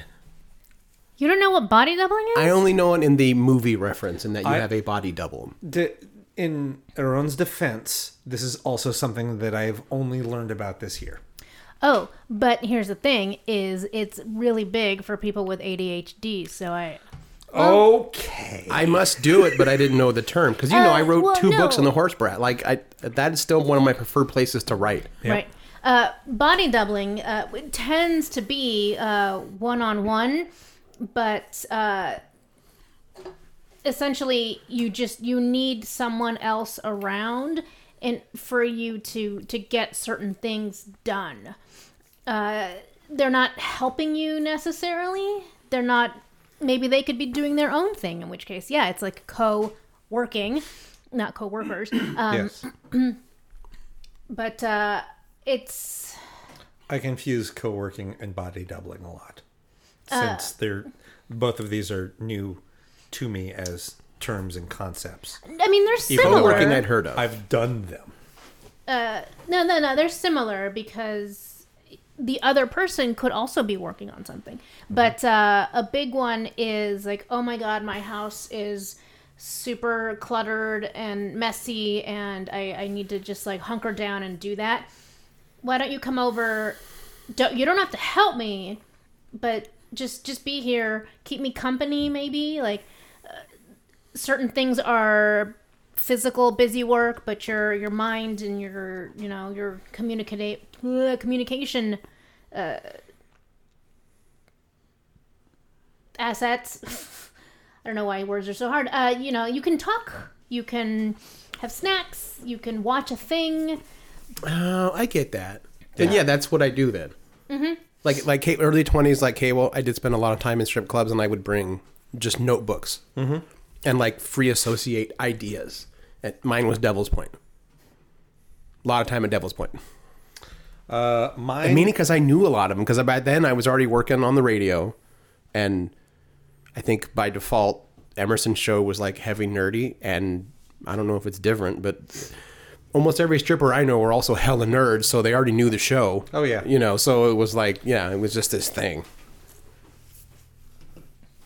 C: You don't know what body doubling is?
B: I only know it in the movie reference, and that you
D: I-
B: have a body double.
D: D- in Aaron's defense, this is also something that I've only learned about this year.
C: Oh, but here's the thing: is it's really big for people with ADHD. So I
D: okay.
B: I must do it, but I didn't know the term because you know
C: Uh,
B: I wrote
C: well,
B: two books on
C: no.
B: the horse brat. Like I, that is still one of my preferred places to write.
C: right. Uh, body doubling uh, it tends to be one on one, but uh, essentially you just you need someone else around and for you to to get certain things done. Uh, they're not helping you necessarily. They're not. Maybe they could be doing their own thing. In which case, yeah, it's like co-working, not co-workers. Um,
D: yes.
C: But uh, it's
D: I confuse co-working and body doubling a lot. Since they're both of these are new to me as terms and concepts.
C: I mean, they're
B: Similar.
C: similar.
B: I'd heard of.
D: I've done them.
C: no, no, no. They're similar because the other person could also be working on something. But uh, a big one is like, oh my god, my house is super cluttered and messy, and I, I need to just like hunker down and do that. Why don't you come over? Don't, you don't have to help me, but just just be here, keep me company, maybe like. uh, Certain things are physical busy work but your your mind and your you know your communicate uh, communication uh assets i don't know why words are so hard uh you know you can talk you can have snacks you can watch a thing
B: Oh, I get that. And yeah, that's what I do then. Mm-hmm. Like like ca- early twenties, like cable. I did spend a lot of time in strip clubs, and I would bring just notebooks. Mm-hmm. and like free associate ideas. And mine was Devil's Point. A lot of time at Devil's Point.
D: Uh, mine.
B: I mean, because I knew a lot of them. Because by then I was already working on the radio, and I think by default Emerson's show was like heavy nerdy, and I don't know if it's different, but almost every stripper I know were also hella nerds, so they already knew the show.
D: Oh, yeah.
B: you know, so it was like yeah, it was just this thing.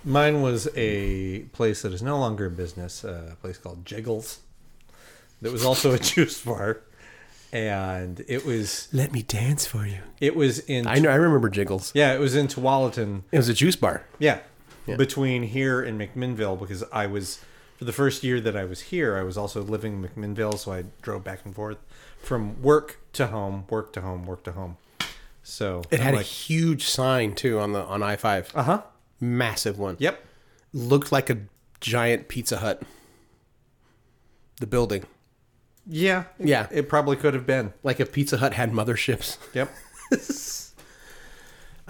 D: Mine was a place that is no longer a business, a place called Jiggles, that was also a juice bar, and it was
B: Let me dance for you.
D: it was in
B: I know. I remember Jiggles.
D: yeah it was in Tualatin
B: It was a juice bar.
D: yeah, between here and McMinnville because I was for the first year that I was here I was also living in McMinnville so I drove back and forth from work to home, work to home, work to home. So
B: It had a huge sign too on the on I five.
D: uh huh
B: Massive one.
D: yep
B: Looked like a giant Pizza Hut. The building.
D: yeah
B: Yeah.
D: it probably could have been
B: like if Pizza Hut had motherships.
D: yep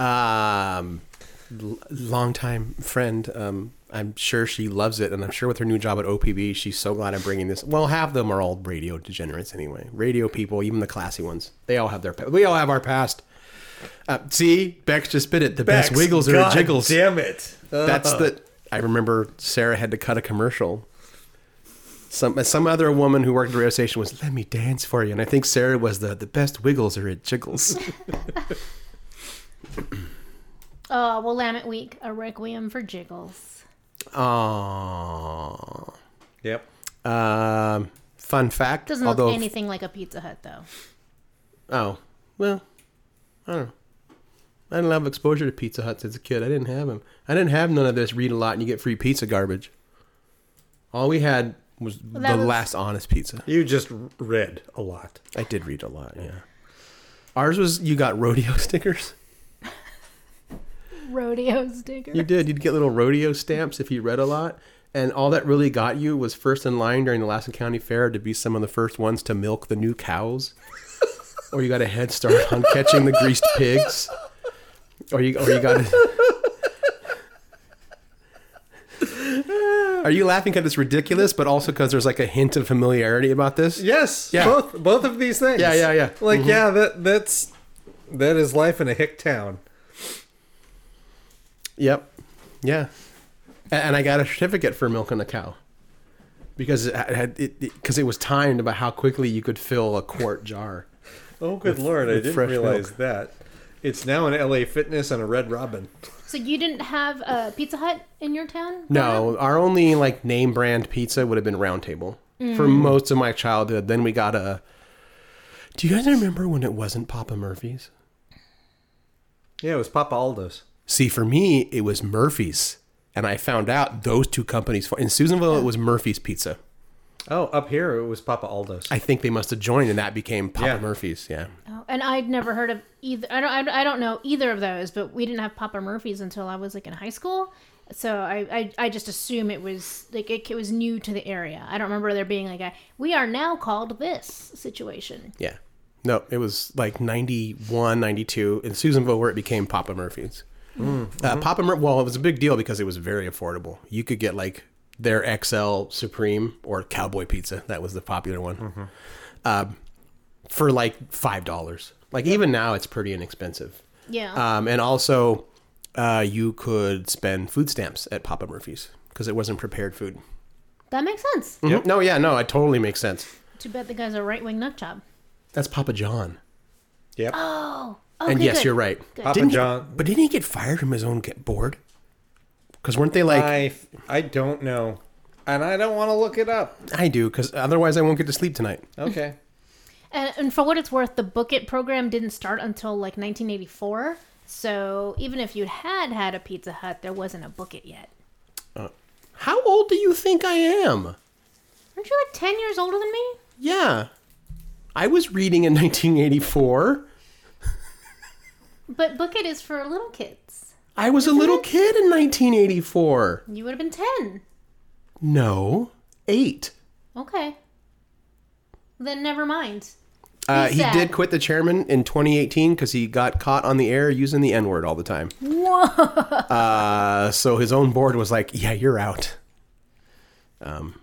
B: Um, l- longtime friend. Um, I'm sure she loves it, and I'm sure with her new job at OPB, she's so glad I'm bringing this. Well, half of them are all radio degenerates anyway. Radio people, even the classy ones, they all have their. pa- We all have our past. Uh, see, Bex just spit it. The best
D: Bex,
B: wiggles are
D: God
B: jiggles.
D: Damn it!
B: That's the. I remember Sarah had to cut a commercial. Some some other woman who worked at the radio station was let me dance for you, and I think Sarah was the the best wiggles are at jiggles.
C: Oh, well, Lamet Week, a requiem for jiggles.
B: Aww.
D: Uh, yep.
B: Oh, Um, fun fact.
C: Doesn't
B: although,
C: look anything like a Pizza Hut, though.
B: Oh, well, I don't know. I didn't have exposure to Pizza Huts as a kid. I didn't have them. I didn't have none of this read a lot and you get free pizza garbage. All we had was
C: that
B: the
C: was-
B: last honest pizza.
D: You just read a lot.
B: I did read a lot, yeah. Ours was you got rodeo stickers.
C: Rodeo sticker.
B: You did. You'd get little rodeo stamps if you read a lot. And all that really got you was first in line during the Alaska County Fair to be some of the first ones to milk the new cows. or you got a head start on catching the greased pigs. Or you, or you got. Are you laughing because it's ridiculous, but also because there's like a hint of familiarity about this?
D: Yes.
B: Yeah.
D: Both both of these things.
B: Yeah, yeah, Mm-hmm. yeah.
D: Like yeah, that that's that is life in a hick town.
B: Yep. Yeah. A- And I got a certificate for milking a cow because it had it because it, was timed about how quickly you could fill a quart jar.
D: Oh good lord, I
B: with
D: didn't
B: fresh
D: realize
B: milk.
D: that. It's now an LA Fitness and a Red Robin.
C: So you didn't have a Pizza Hut in your town?
B: No, our only like name brand pizza would have been Round Table for most of my childhood. Then we got a. Do you guys remember when it wasn't Papa Murphy's?
D: Yeah, it was Papa Aldo's.
B: See, for me, it was Murphy's, and I found out those two companies. In Susanville, it was Murphy's Pizza.
D: Oh, up here it was Papa Aldo's.
B: I think they must have joined, and that became Papa
D: Yeah.
B: Murphy's. Yeah.
C: Oh, and I'd never heard of either. I don't. I, I don't know either of those. But we didn't have Papa Murphy's until I was like in high school. So I, I, I just assume it was like it, it was new to the area. I don't remember there being like a we are now called this situation.
B: Yeah. No, it was like 91, 92 in Susanville where it became Papa Murphy's. Uh, Papa Mur- well, it was a big deal because it was very affordable. You could get like their XL Supreme or Cowboy Pizza. That was the popular one. Um, for like $5. Like even now it's pretty inexpensive.
C: Yeah.
B: Um, and also uh, you could spend food stamps at Papa Murphy's because it wasn't prepared food.
C: that makes sense.
B: Mhm. No, yeah, no, it totally makes sense.
C: Too bad the guy's a right wing nut job.
B: That's Papa John.
D: Yep.
C: Oh. Okay,
B: and yes,
C: good.
B: you're right.
D: Papa
B: Didn't he-
D: John.
B: but didn't he get fired from his own get board? Because weren't they like I,
D: I I don't know. And I don't want to look it up.
B: do? Because otherwise I won't get to sleep tonight.
D: Okay.
C: And, and for what it's worth, the Book It program didn't start until like 1984. So even if you had had a Pizza Hut, there wasn't a Book It yet.
B: How old do you think I am?
C: Aren't you like 10 years older than me?
B: Yeah, I was reading in 1984.
C: But Book It is for little kids.
B: I was a little kid in 1984.
C: You would have been 10.
B: No, eight.
C: Okay. Then never mind.
B: Uh,
C: He's
B: he
C: sad.
B: did quit the chairman in 2018 because he got caught on the air using the N word all the time.
C: Whoa.
B: Uh, so his own board was like, "Yeah, you're out." Um,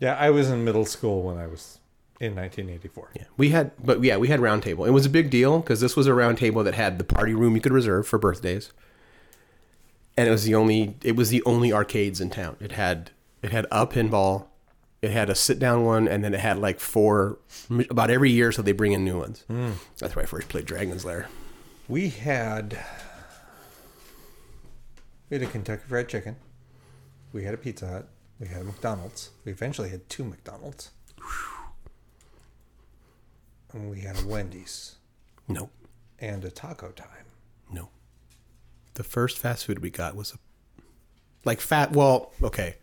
D: Yeah, I was in middle school when I was in 1984.
B: yeah, we had, but yeah, we had round table. It was a big deal because this was a round table that had the party room you could reserve for birthdays, and it was the only it was the only arcades in town. It had it had a pinball, it had a sit down one, and then it had like four about every year. So they bring in new ones. That's where I first played Dragon's Lair.
D: We had we had a Kentucky Fried Chicken. We had a Pizza Hut. We had a McDonald's. We eventually had two McDonald's. And we had a Wendy's
B: No,
D: and a Taco Time.
B: no. The first fast food we got was a like fat. Well, okay,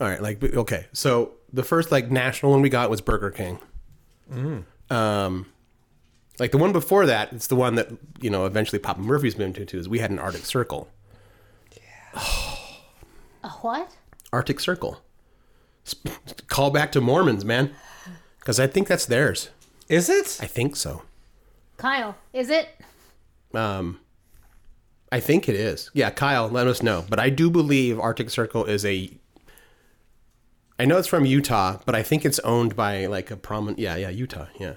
B: all right, like okay. So the first like national one we got was Burger King. Um, like the one before that, it's the one that you know eventually Papa Murphy's moved into. Is we had an Arctic Circle.
C: A what?
B: Arctic Circle. Sp- call back to Mormons, man, because I think that's theirs.
D: Is it?
B: I think so.
C: Kyle, is it?
B: Um, I think it is. Yeah, Kyle, let us know. But I do believe Arctic Circle is a. I know it's from Utah, but I think it's owned by like a prominent. Yeah, yeah, Utah. Yeah,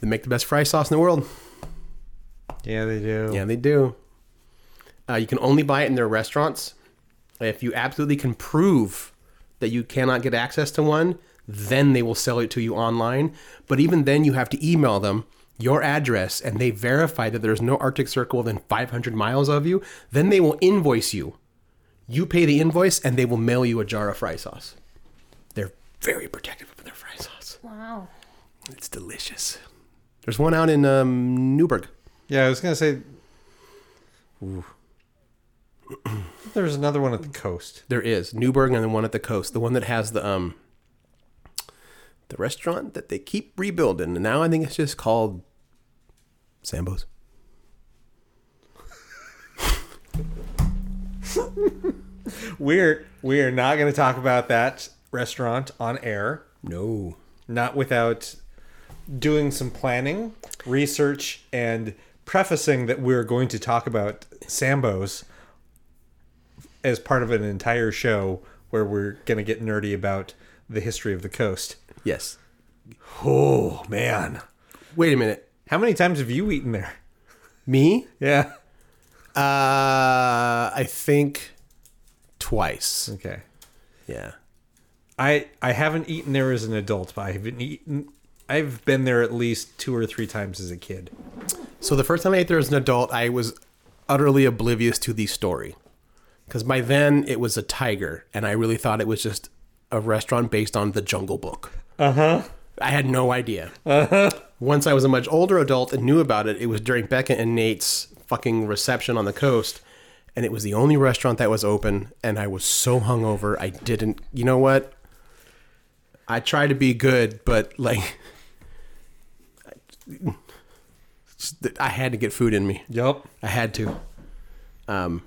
B: they make the best fry sauce in the world.
D: Yeah, they do.
B: Yeah, they do. Uh, you can only buy it in their restaurants. If you absolutely can prove that you cannot get access to one, then they will sell it to you online. But even then, you have to email them your address and they verify that there's no Arctic Circle within 500 miles of you. Then they will invoice you. You pay the invoice and they will mail you a jar of fry sauce. They're very protective of their fry sauce.
C: Wow.
B: It's delicious. There's one out in um, Newburgh.
D: Yeah, I was gonna say. Ooh. There's another one at the coast.
B: There is Newburgh and the one at the coast, the one that has the um the restaurant that they keep rebuilding, and now I think it's just called Sambo's.
D: We're we are not going to talk about that restaurant on air,
B: No,
D: not without doing some planning, research, and prefacing that we're going to talk about Sambo's as part of an entire show where we're going to get nerdy about the history of the coast.
B: yes.
D: Oh man,
B: Wait a minute,
D: how many times have you eaten there?
B: me?
D: Yeah.
B: Uh, I think twice.
D: Okay.
B: Yeah,
D: I I haven't eaten there as an adult, but I've been eaten. I've been there at least two or three times as a kid.
B: So the first time I ate there as an adult, I was utterly oblivious to the story. Because by then it was a tiger, and I really thought it was just a restaurant based on the Jungle Book. Uh huh. I had no idea. Uh huh. Once I was a much older adult and knew about it, it was during Becca and Nate's fucking reception on the coast, and it was the only restaurant that was open, and I was so hungover, I didn't. You know what? I tried to be good, but like. I had to get food in me.
D: Yep.
B: I had to. Um,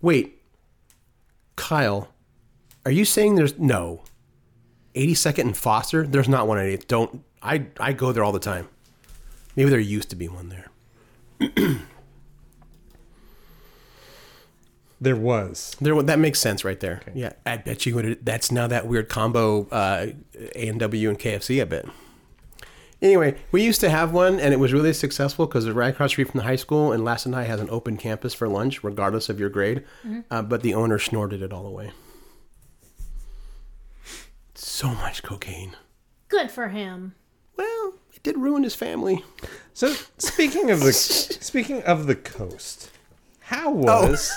B: wait, Kyle, are you saying there's no 82nd and Foster? There's not one. I don't. I I go there all the time. Maybe there used to be one there.
D: There was.
B: There, that makes sense right there. Yeah, I bet you what it, that's now that weird combo uh, A and W and KFC. I bet. Anyway, we used to have one, and it was really successful because it's right across the street from the high school, and Lassen High has an open campus for lunch, regardless of your grade. Uh, but the owner snorted it all away. So much cocaine.
C: Good for him.
B: Well, it did ruin his family.
D: So speaking of the speaking of the coast, how
B: Oh.
D: was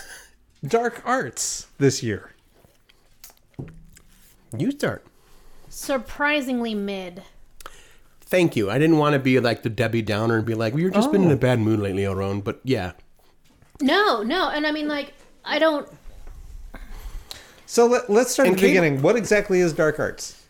D: Dark Arts this year?
B: You start.
C: Surprisingly mid.
B: Thank you. I didn't want to be like the Debbie Downer and be like, "We've just been
D: Oh.
B: in a bad mood lately, Oron." But yeah,
C: No, no, and I mean like I don't
D: So let, let's start at
B: And
D: the
B: Kate-
D: beginning. What exactly is Dark Arts?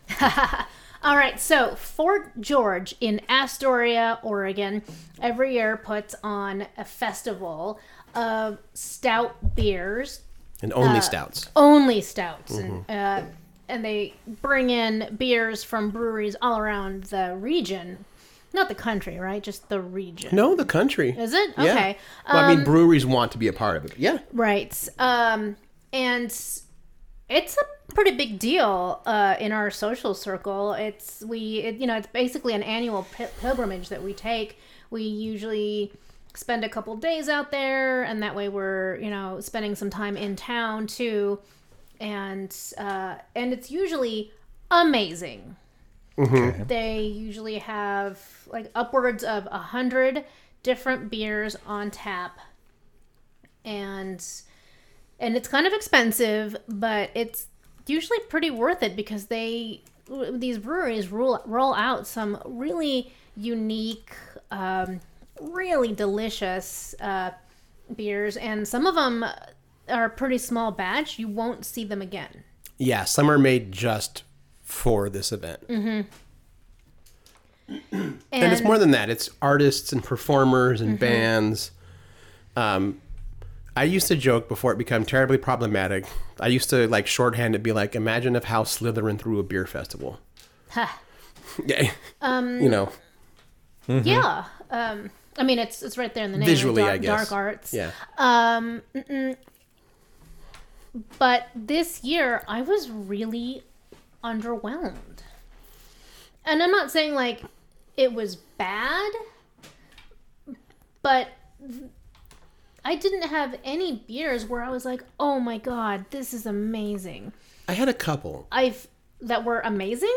C: All right, so Fort George in Astoria, Oregon, every year puts on a festival of stout beers,
B: and only stouts.
C: only stouts, and, uh, and they bring in beers from breweries all around the region, not the country, right? Just the region.
B: No, the country.
C: Is it
B: Yeah.
C: okay?
B: Um, Well, I mean, breweries want to be a part of it. Yeah.
C: Right. Um, and it's a pretty big deal uh, in our social circle. It's we, it, you know, it's basically an annual pi- pilgrimage that we take. We usually spend a couple days out there, and that way we're, you know, spending some time in town too, and uh, and it's usually amazing. They usually have like upwards of a hundred different beers on tap, and and it's kind of expensive, but it's usually pretty worth it because they these breweries roll roll out some really unique, um, really delicious uh, beers, and some of them are pretty small batch. You won't see them again.
B: Yeah, some are made just for this event.
C: And,
B: Mm-hmm. and Mm-hmm. it's more than that. It's artists and performers and bands. Um, I used to joke before it became terribly problematic. I used to like shorthand it, be like, "Imagine if House Slytherin threw a beer festival."
C: Ha.
B: Yeah, you know,
C: yeah. Um, I mean, it's it's right there in the name.
B: visually,
C: dark,
B: I guess.
C: dark arts. Um,
B: Yeah,
C: but this year I was really underwhelmed. And I'm not saying like it was bad, but I didn't have any beers where I was like, "Oh my god, this is amazing."
B: I had a couple.
C: I've that were amazing?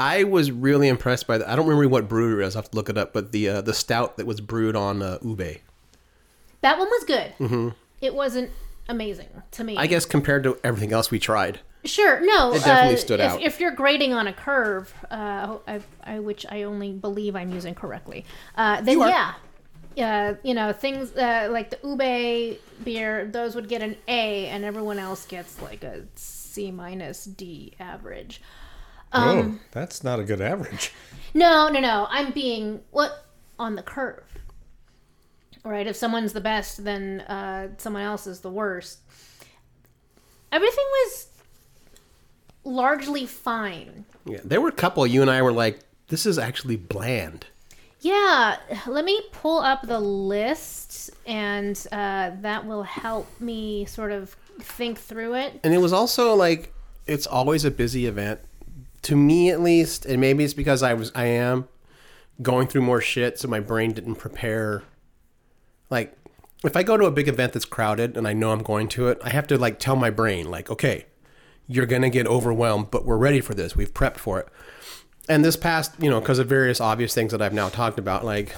B: I was really impressed by the I don't remember what brewery it was. I have to look it up, but the uh, the stout that was brewed on uh, ube.
C: That one was good. It wasn't amazing to me.
B: Mm-hmm. I guess compared to everything else we tried.
C: Sure. No.
B: It definitely
C: uh,
B: stood
C: if,
B: out.
C: If you're grading on a curve, uh, I, I, which I only believe I'm using correctly, uh, then
B: You are.
C: yeah, yeah, you know things uh, like the ube beer, those would get an A, and everyone else gets like a C minus D average. Um,
D: oh, that's not a good average.
C: No, no, no. I'm being what on the curve. Right? If someone's the best, then uh, someone else is the worst. Everything was largely fine.
B: Yeah, there were a couple. You and I were like, "This is actually bland."
C: Yeah, let me pull up the list, and uh, that will help me sort of think through it.
B: and it was also like it's always a busy event to me at least and maybe it's because i was i am going through more shit so my brain didn't prepare like if i go to a big event that's crowded and i know i'm going to it i have to like tell my brain like okay you're gonna get overwhelmed but we're ready for this we've prepped for it and this past you know because of various obvious things that i've now talked about like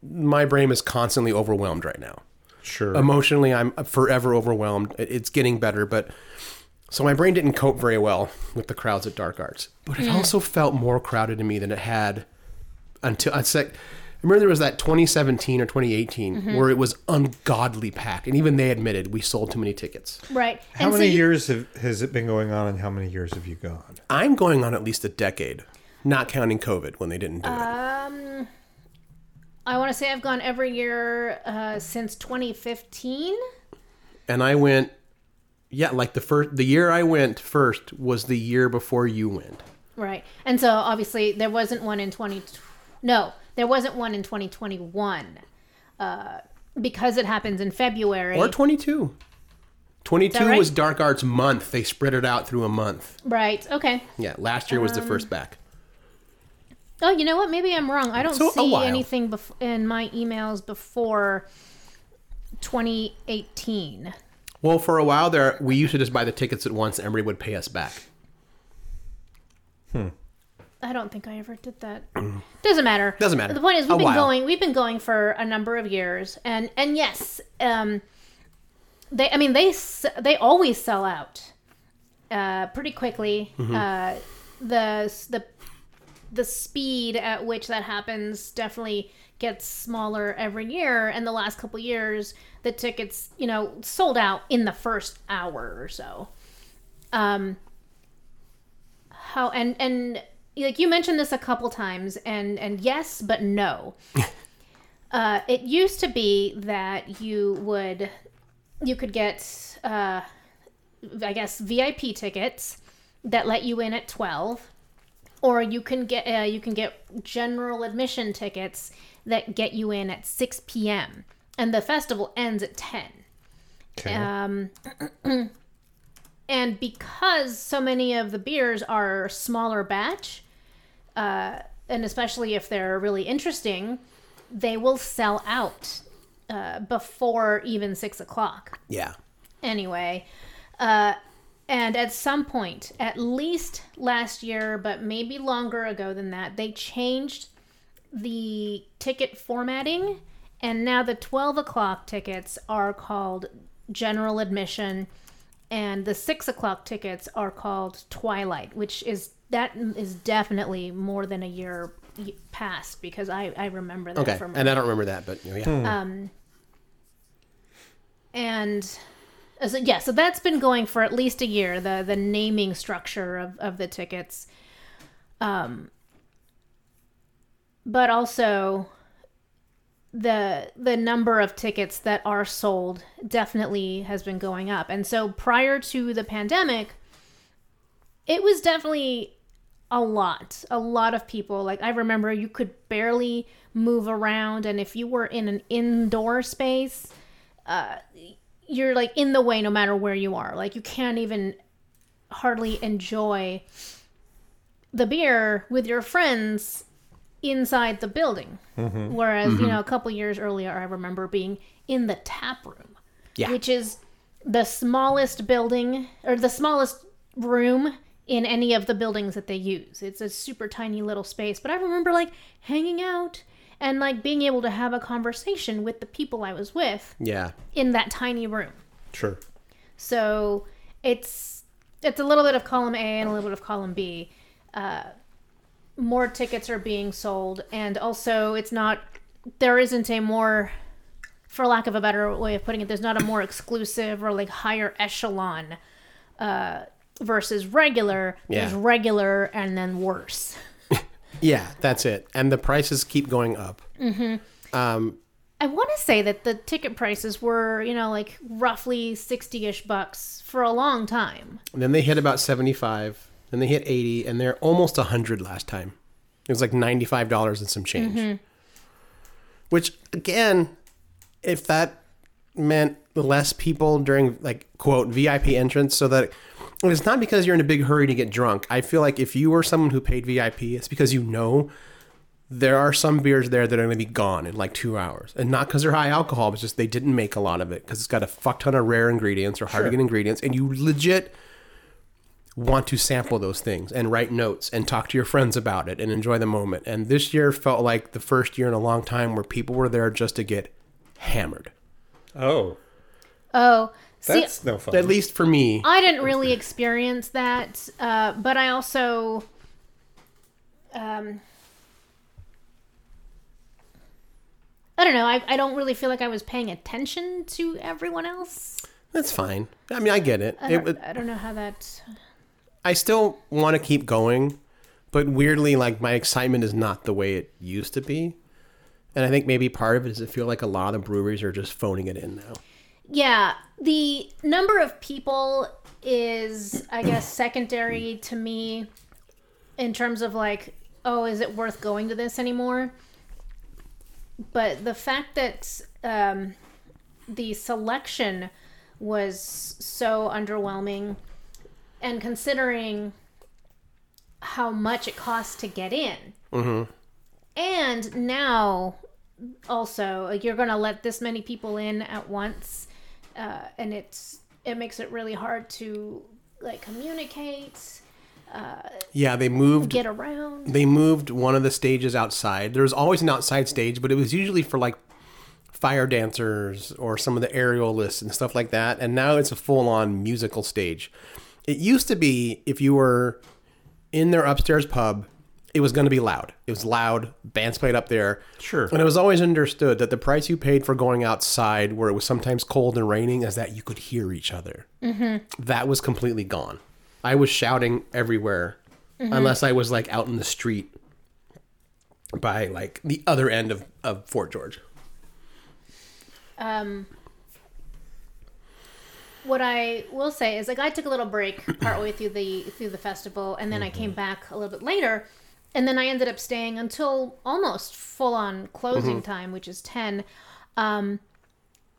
B: my brain is constantly overwhelmed right now
D: Sure.
B: emotionally i'm forever overwhelmed It- it's getting better but so my brain didn't cope very well with the crowds at dark arts but it also felt more crowded to me than it had until i said I remember there was that 2017 or 2018 where it was ungodly packed, and even they admitted we sold too many tickets.
C: Right.
D: how
C: and
D: many
C: so you-
D: years have, has it been going on, and how many years have you gone?
B: I'm going on at least a decade, not counting COVID when they didn't do it.
C: Um, I want to say I've gone every year uh, since 2015.
B: And I went, yeah, like the first, the year I went first was the year before you went.
C: Right. And so obviously there wasn't one in 20 No, there wasn't one in 2021. Uh because it happens in February.
B: Or 22. 22
C: right?
B: was Dark Arts month. They spread it out through a month.
C: right. Okay.
B: Yeah, last year was the first back.
C: Oh, you know what? Maybe I'm wrong. I don't
B: So, a
C: see
B: while.
C: anything bef- in my emails before 2018.
B: Well, for a while there, we used to just buy the tickets at once and everybody would pay us back.
C: I don't think I ever did that. Doesn't matter.
B: Doesn't matter.
C: The point is,
B: A
C: we've been
B: while.
C: going. We've been going for a number of years, and and yes, um, they. I mean, they s- they always sell out, uh, pretty quickly.
B: Mm-hmm.
C: Uh, the the the speed at which that happens definitely gets smaller every year. And the last couple years, the tickets, you know, sold out in the first hour or so. Um, how and and like you mentioned this a couple times, and and yes, but no. uh, it used to be that you would you could get uh, I guess VIP tickets that let you in at twelve or you can get uh, you can get general admission tickets that get you in at 6 p.m. Um, and the festival ends at 10.
D: Okay.
C: Um, And because so many of the beers are smaller batch, uh, and especially if they're really interesting, they will sell out uh, before even six o'clock.
B: Yeah.
C: Anyway, uh, and at some point, at least last year, but maybe longer ago than that, they changed the ticket formatting, and now the 12 o'clock tickets are called general admission, and the 6 o'clock tickets are called twilight, which is that is definitely more than a year y- past because I, I remember that
B: Okay.
C: from
B: And I don't remember that, but yeah.
C: and uh, so, yeah, so that's been going for at least a year. The the naming structure of of the tickets, um, but also the the number of tickets that are sold definitely has been going up. And so prior to the pandemic, it was definitely a lot a lot of people like i remember you could barely move around and if you were in an indoor space you're like in the way no matter where you are. Like you can't even hardly enjoy the beer with your friends inside the building. Whereas, you know, a couple years earlier I remember being in the tap room.
B: Yeah.
C: Which is the smallest building or the smallest room in any of the buildings that they use. It's a super tiny little space, but I remember like hanging out and like being able to have a conversation with the people I was with
B: Yeah.
C: in that tiny room.
D: Sure.
C: So it's it's a little bit of column A and a little bit of column B. Uh, more tickets are being sold, and also it's not there isn't a more, for lack of a better way of putting it, there's not a more exclusive or like higher echelon uh, versus regular. There's
B: Yeah.
C: regular and then worse.
B: Yeah, that's it. And the prices keep going up.
C: I want to say that the ticket prices were, you know, like roughly 60 ish bucks for a long time.
B: And then they hit about 75, then they hit 80, and they're almost 100 last time. It was like $95 and some change. Which, again, if that meant less people during, like, quote, VIP entrance, so that and it's not because you're in a big hurry to get drunk. I feel like if you were someone who paid VIP, it's because you know there are some beers there that are going to be gone in like two hours. And not because they're high alcohol, but just they didn't make a lot of it because it's got a fuck ton of rare ingredients or hard to get ingredients. And you legit want to sample those things and write notes and talk to your friends about it and enjoy the moment. And this year felt like the first year in a long time where people were there just to get hammered.
D: Oh,
C: Oh, see,
D: that's no fun.
B: At least for me.
C: I didn't really experience that, uh, but I also. Um, I don't know. I, I don't really feel like I was paying attention to everyone else.
B: That's fine. I mean, I get it.
C: I
B: it
C: don't,
B: was,
C: I don't know how that.
B: I still want to keep going, but weirdly, like my excitement is not the way it used to be. And I think maybe part of it is I feel like a lot of the breweries are just phoning it in now.
C: Yeah, the number of people is, I guess, secondary to me in terms of like, oh, is it worth going to this anymore? But the fact that um, the selection was so underwhelming, and considering how much it costs to get in, and now also like you're gonna let this many people in at once uh, and it's it makes it really hard to like communicate
B: Yeah, they moved
C: get around
B: they moved one of the stages outside. There was always an outside stage, but it was usually for like fire dancers or some of the aerialists and stuff like that. And now it's a full on musical stage. It used to be if you were in their upstairs pub, it was going to be loud. It was loud. Bands played up there.
D: Sure.
B: And it was always understood that the price you paid for going outside, where it was sometimes cold and raining, is that you could hear each other. Mm-hmm. That was completely gone. I was shouting everywhere,
C: Mm-hmm.
B: unless I was like out in the street by like the other end of, of Fort George.
C: what i will say is like i took a little break partway through the through the festival and then i came back a little bit later and then i ended up staying until almost full on closing time which is 10 um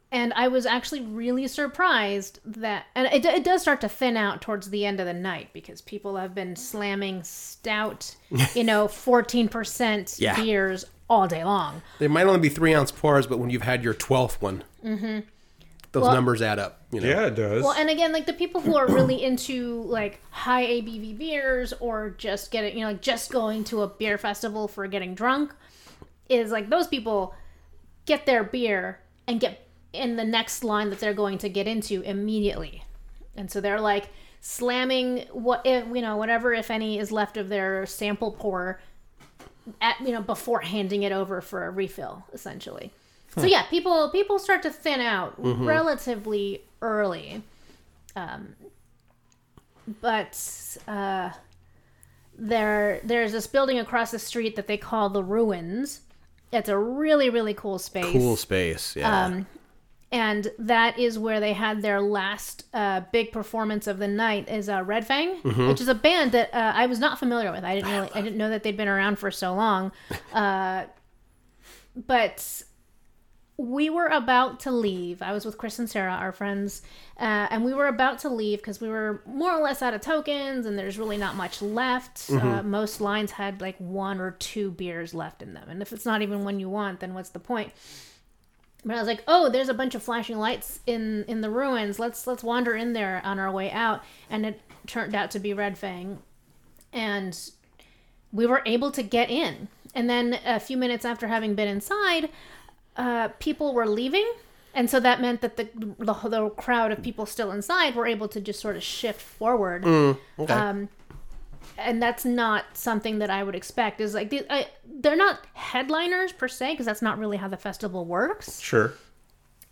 C: and I was actually really surprised that, and it, it does start to thin out towards the end of the night because people have been slamming stout, you know, fourteen percent
B: Yeah.
C: beers all day long.
B: They might only be three ounce pours, but when you've had your twelfth one, those
C: Mm-hmm. Well-
B: numbers add up. You know,
D: Yeah, it does.
C: Well, and again, like the people who are really into like high ABV beers or just getting, you know, like just going to a beer festival for getting drunk is like those people get their beer and get in the next line that they're going to get into immediately. And so they're like slamming what if, you know, whatever if any is left of their sample pour at you know before handing it over for a refill essentially. So yeah, people people start to thin out relatively early. Um, but uh, there there's this building across the street that they call the ruins. It's a really really cool space
B: cool space. Yeah,
C: Um, and that is where they had their last uh, big performance of the night is uh, Red Fang, which is a band that uh, I was not familiar with. I didn't really, I didn't know that they'd been around for so long, uh, but we were about to leave. I was with Chris and Sarah, our friends, uh, and we were about to leave because we were more or less out of tokens, and there's really not much left. Uh, most lines had like one or two beers left in them, and if it's not even one you want, then what's the point? But I was like, "Oh, there's a bunch of flashing lights in in the ruins. Let's let's wander in there on our way out." And it turned out to be Red Fang, and we were able to get in. And then a few minutes after having been inside, uh, people were leaving, and so that meant that the the, the crowd of people still inside were able to just sort of shift forward
B: okay.
C: um, and that's not something that I would expect. Is like the, I, they're not headliners per se, because that's not really how the festival works.
D: sure.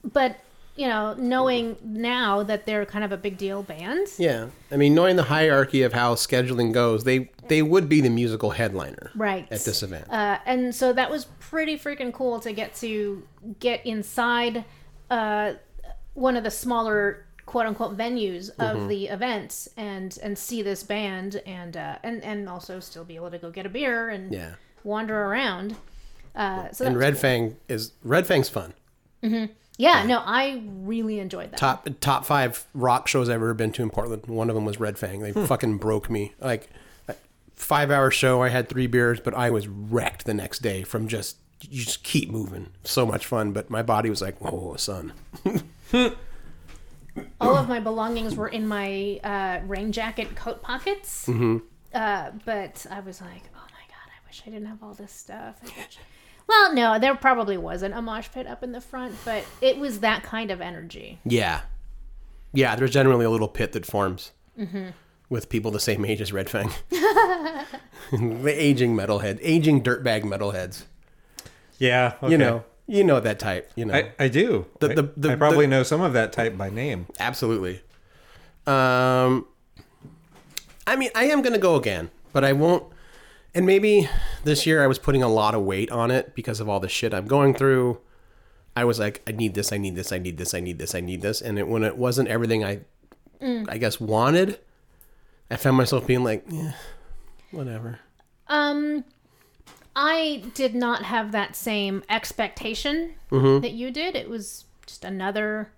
C: But you know, knowing now that they're kind of a big deal band,
B: yeah. I mean, knowing the hierarchy of how scheduling goes, they they would be the musical headliner
C: right?
B: at this event.
C: uh, and so that was pretty freaking cool to get to get inside uh, one of the smaller quote unquote venues of
B: Mm-hmm.
C: the events and and see this band and uh, and and also still be able to go get a beer and
B: Yeah.
C: wander around. Uh, so
B: and
C: that's
B: Red Fang is Red Fang's fun.
C: Yeah, no, I really enjoyed that.
B: Top top five rock shows I've ever been to in Portland. One of them was Red Fang. They
D: Hmm.
B: fucking broke me. Like five hour show. I had three beers, but I was wrecked the next day from just you just keep moving. So much fun, but my body was like, oh, son.
C: All of my belongings were in my uh, rain jacket coat pockets. Uh, but I was like, oh my god, I wish I didn't have all this stuff. I wish- well, no, there probably wasn't a mosh pit up in the front, but it was that kind of energy.
B: Yeah. Yeah, there's generally a little pit that forms with people the same age as Red Fang. the aging metalhead, aging dirtbag metalheads.
D: Yeah,
B: You know, you know that type. You know,
D: I, I do.
B: The-
D: I-
B: the- the-
D: I probably
B: the-
D: know some of that type by name.
B: absolutely. Um, I mean, I am gonna go again, but I won't. And maybe this year I was putting a lot of weight on it because of all the shit I'm going through. I was like, I need this, I need this, I need this, I need this, I need this, and it, when it wasn't everything I, I guess wanted, I found myself being like, yeah, whatever.
C: Um, I did not have that same expectation
B: Mm-hmm.
C: that you did. It was just another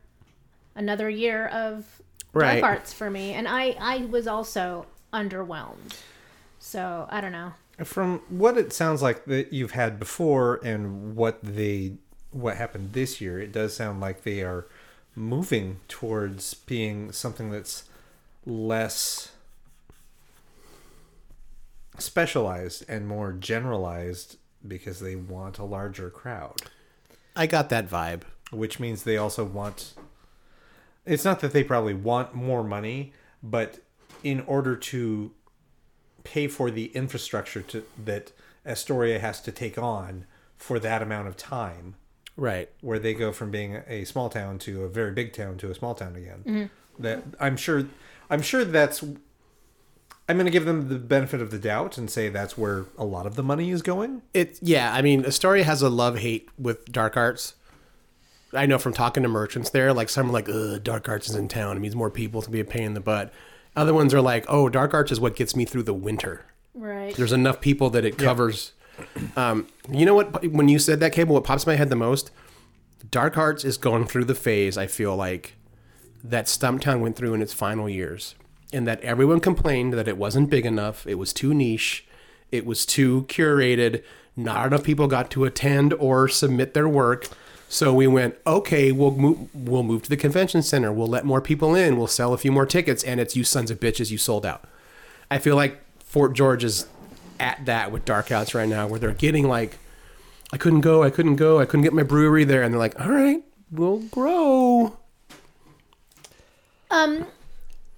C: another year of
B: Right.
C: dark arts for me, and I I was also underwhelmed. So I don't know.
D: From what it sounds like that you've had before and what they what happened this year, it does sound like they are moving towards being something that's less specialized and more generalized because they want a larger crowd.
B: I got that vibe.
D: which means they also want it's not that they probably want more money but in order to pay for the infrastructure to, that astoria has to take on for that amount of time
B: Right.
D: where they go from being a small town to a very big town to a small town again that i'm sure i'm sure that's i'm going to give them the benefit of the doubt and say that's where a lot of the money is going
B: It yeah, I mean, Astoria has a love hate with dark arts. I know from talking to merchants there, like some are like, Ugh, dark arts is in town. It means more people to be a pain in the butt. Other ones are like, oh, dark arts is what gets me through the winter.
C: Right.
B: There's enough people that it covers. Um, you know what? When you said that, cable, what pops in my head the most Dark Arts is going through the phase I feel like that Stumptown went through in its final years, and that everyone complained that it wasn't big enough, it was too niche, it was too curated, not enough people got to attend or submit their work. So we went, okay, we'll move, we'll move to the convention center. We'll let more people in. We'll sell a few more tickets, and it's you sons of bitches, you sold out. I feel like Fort George is at that with Dark Outs right now, where they're getting like, I couldn't go, I couldn't go, I couldn't get my brewery there, and they're like, all right, we'll grow.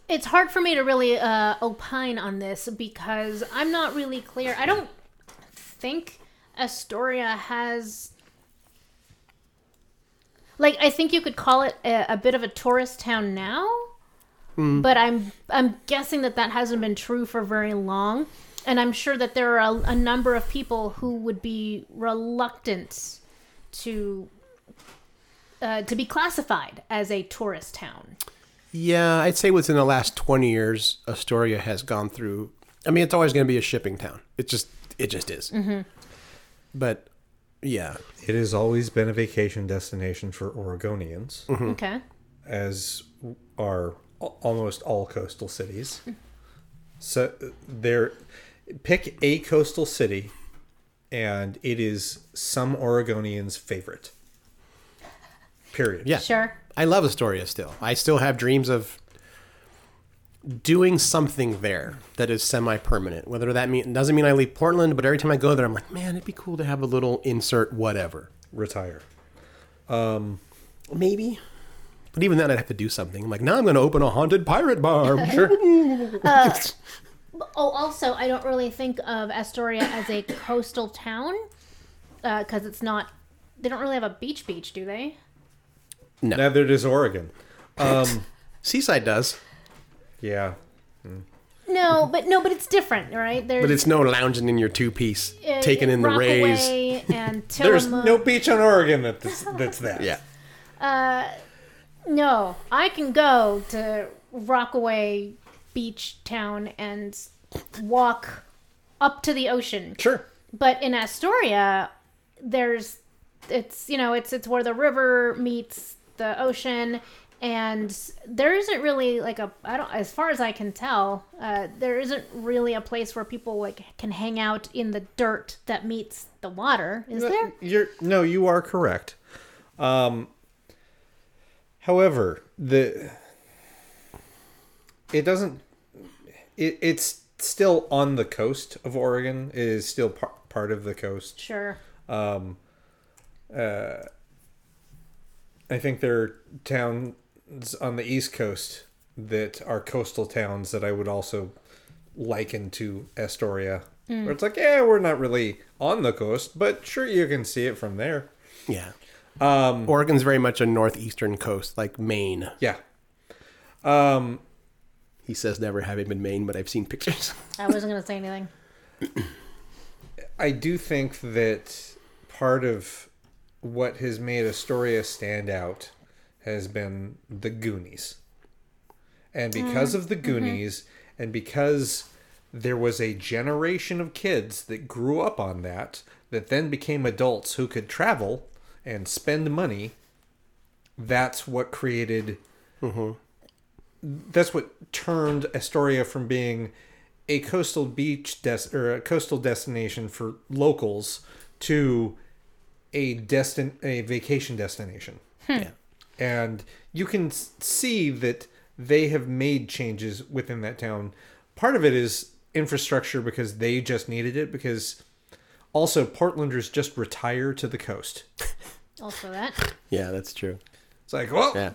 C: it's hard for me to really uh, opine on this because I'm not really clear. I don't think Astoria has. Like, I think you could call it a, a bit of a tourist town now, but I'm I'm guessing that that hasn't been true for very long, and I'm sure that there are a, a number of people who would be reluctant to uh, to be classified as a tourist town.
B: Yeah, I'd say within the last 20 years, Astoria has gone through. I mean, it's always going to be a shipping town. It just, it just is. But yeah,
D: It has always been a vacation destination for Oregonians,
C: Okay.
D: as are al- almost all coastal cities. So there, pick a coastal city, and it is some Oregonian's favorite. Period.
B: yeah.
C: Sure.
B: I love Astoria still. I still have dreams of doing something there that is semi-permanent. Whether that mean doesn't mean I leave Portland, but every time I go there, I'm like, man, it'd be cool to have a little insert whatever.
D: Retire.
B: Maybe. But even then, I'd have to do something. I'm like, now I'm going to open a haunted pirate bar. sure.
C: Oh, also, I don't really think of Astoria as a coastal town because it's not. They don't really have a beach, beach, do they?
D: Neither does Oregon. Um,
B: Seaside does,
D: yeah.
C: No, but no, but it's different, right? There's,
B: but it's no lounging in your two-piece,
C: uh,
B: taking in the rays.
C: Rockaway and
D: There's
C: Tillamook.
D: no beach on Oregon that this, that's that.
B: Yeah.
C: No, I can go to Rockaway Beach Town and walk up to the ocean.
D: Sure.
C: But in Astoria, there's it's you know it's it's where the river meets the ocean, and there isn't really like a I don't as far as I can tell, uh, there isn't really a place where people like can hang out in the dirt that meets the water, is there?
D: Uh, You're no, you are correct. Um, however, the it doesn't. It, it's still on the coast of Oregon. It is still par- part of the coast.
C: Sure.
D: I think there are towns on the east coast that are coastal towns that I would also liken to Astoria, where it's like, yeah, we're not really on the coast, but sure, you can see it from there.
B: Yeah. Um, Oregon's very much a northeastern coast, like Maine.
D: Yeah,
B: He says never having been Maine, but I've seen pictures.
C: I wasn't gonna say anything.
D: I do think that part of what has made Astoria stand out has been the Goonies. And because of the Goonies, and because there was a generation of kids that grew up on that, that then became adults who could travel and spend money, that's what created. That's what turned Astoria from being a coastal beach des- or a coastal destination for locals to a destin a vacation destination
B: yeah.
D: and you can s- see that they have made changes within that town. Part of it is infrastructure because they just needed it because also Portlanders just retire to the coast.
C: Also that.
B: Yeah, that's true.
D: It's like, well,
B: Yeah.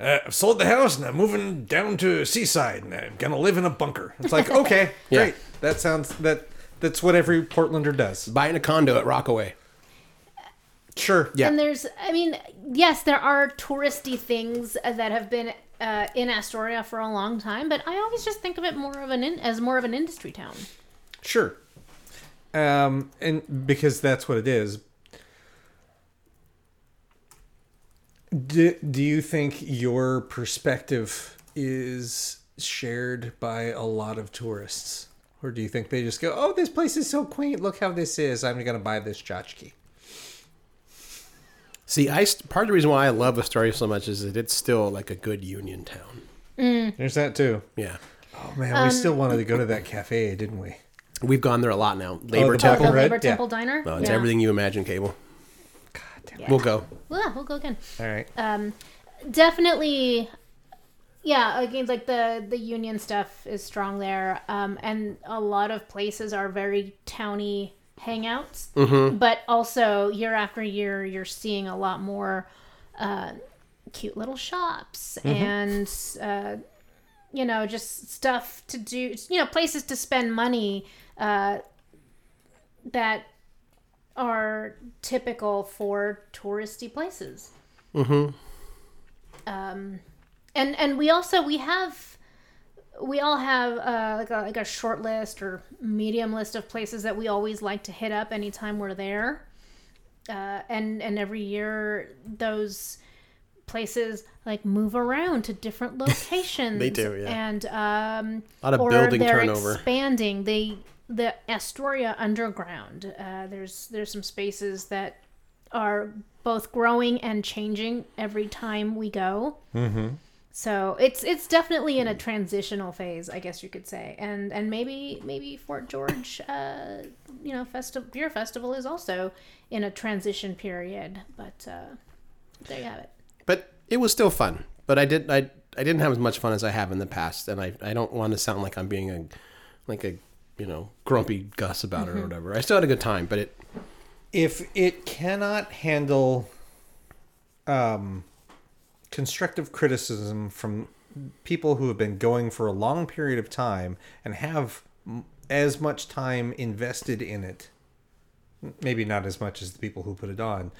D: uh, I've sold the house and I'm moving down to seaside and I'm gonna live in a bunker. It's like, okay,
B: Yeah.
D: great. That sounds that that's what every Portlander does.
B: Buying a condo at Rockaway.
D: Sure.
B: Yeah.
C: And there's, I mean, yes, there are touristy things that have been uh, in Astoria for a long time, but I always just think of it more of an in, as more of an industry town.
D: Sure. Um, and because that's what it is. Do, do you think your perspective is shared by a lot of tourists? Or do you think they just go, oh, this place is so quaint. Look how this is. I'm going to buy this tchotchke.
B: See, I st- part of the reason why I love Astoria so much is that it's still like a good union town.
D: There's that too.
B: Yeah,
D: Oh man, we still wanted to go to that cafe, didn't we?
B: we've gone there a lot now. Labor
D: the
B: Temple.
C: the
D: Red?
C: Labor
D: Yeah.
C: Temple Diner.
B: No, it's
C: Yeah.
B: everything you imagine, Cable.
C: Yeah.
B: We'll go.
C: Well, yeah, we'll go again.
D: All right.
C: definitely yeah again like the the union stuff is strong there um and a lot of places are very towny hangouts
D: Mm-hmm.
C: but also year after year you're seeing a lot more uh cute little shops
D: Mm-hmm.
C: and uh you know just stuff to do you know places to spend money uh that are typical for touristy places
B: Mm-hmm.
C: Um, and and we also we have we all have uh, like a like a short list or medium list of places that we always like to hit up anytime we're there uh, and and every year those places like move around to different locations
B: They do, yeah.
C: and um
B: A lot of
C: or
B: building
C: they're
B: turnover.
C: expanding they the astoria underground uh, there's there's some spaces that are both growing and changing every time we go
B: Mm-hmm.
C: so it's it's definitely in a transitional phase, I guess you could say, and and maybe maybe Fort George, uh, you know, festival beer festival is also in a transition period. But uh, there you have it.
B: but it was still fun. But I did I I didn't have as much fun as I have in the past, and I I don't want to sound like I'm being a like a you know grumpy Gus about
C: Mm-hmm.
B: it or whatever. I still had a good time, but it
D: if it cannot handle um, constructive criticism from people who have been going for a long period of time and have m- as much time invested in it maybe not as much as the people who put it on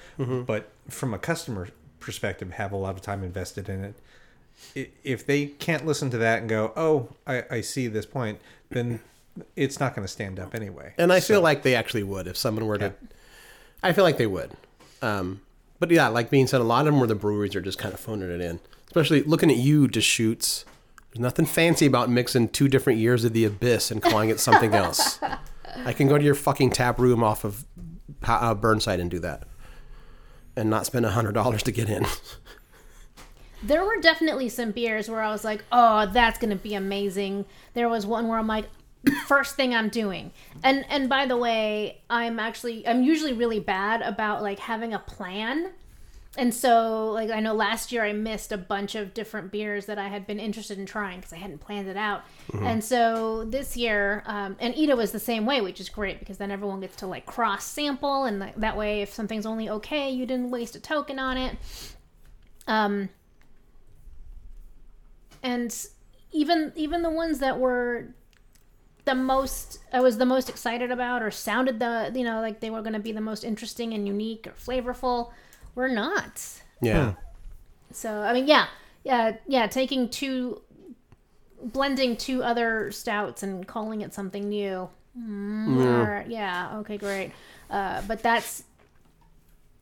D: but from a customer perspective have a lot of time invested in it I- if they can't listen to that and go oh i, I see this point then it's not going to stand up anyway
B: and I feel like they actually would if someone were to. I feel like they would, um, but yeah, like being said, a lot of them were the breweries are just kind of phoning it in. Especially looking at you, just shoots. There's nothing fancy about mixing two different years of the abyss and calling it something else. I can go to your fucking tap room off of uh, Burnside and do that, and not spend a hundred dollars to get in.
C: There were definitely some beers where I was like, "Oh, that's gonna be amazing." There was one where I'm like, first thing I'm doing." And and by the way, I'm actually I'm usually really bad about like having a plan. And so like I know last year I missed a bunch of different beers that I had been interested in trying because I hadn't planned it out. And so this year, um, and Ida was the same way, which is great because then everyone gets to like cross sample, and like, that way if something's only okay, you didn't waste a token on it. Um, and even even the ones that were the most I was the most excited about or sounded the you know like they were going to be the most interesting and unique or flavorful were not.
B: Yeah.
C: So I mean, yeah, yeah, yeah. Taking two, blending two other stouts and calling it something new. Mm, alright, yeah. Okay. Great. Uh, but that's.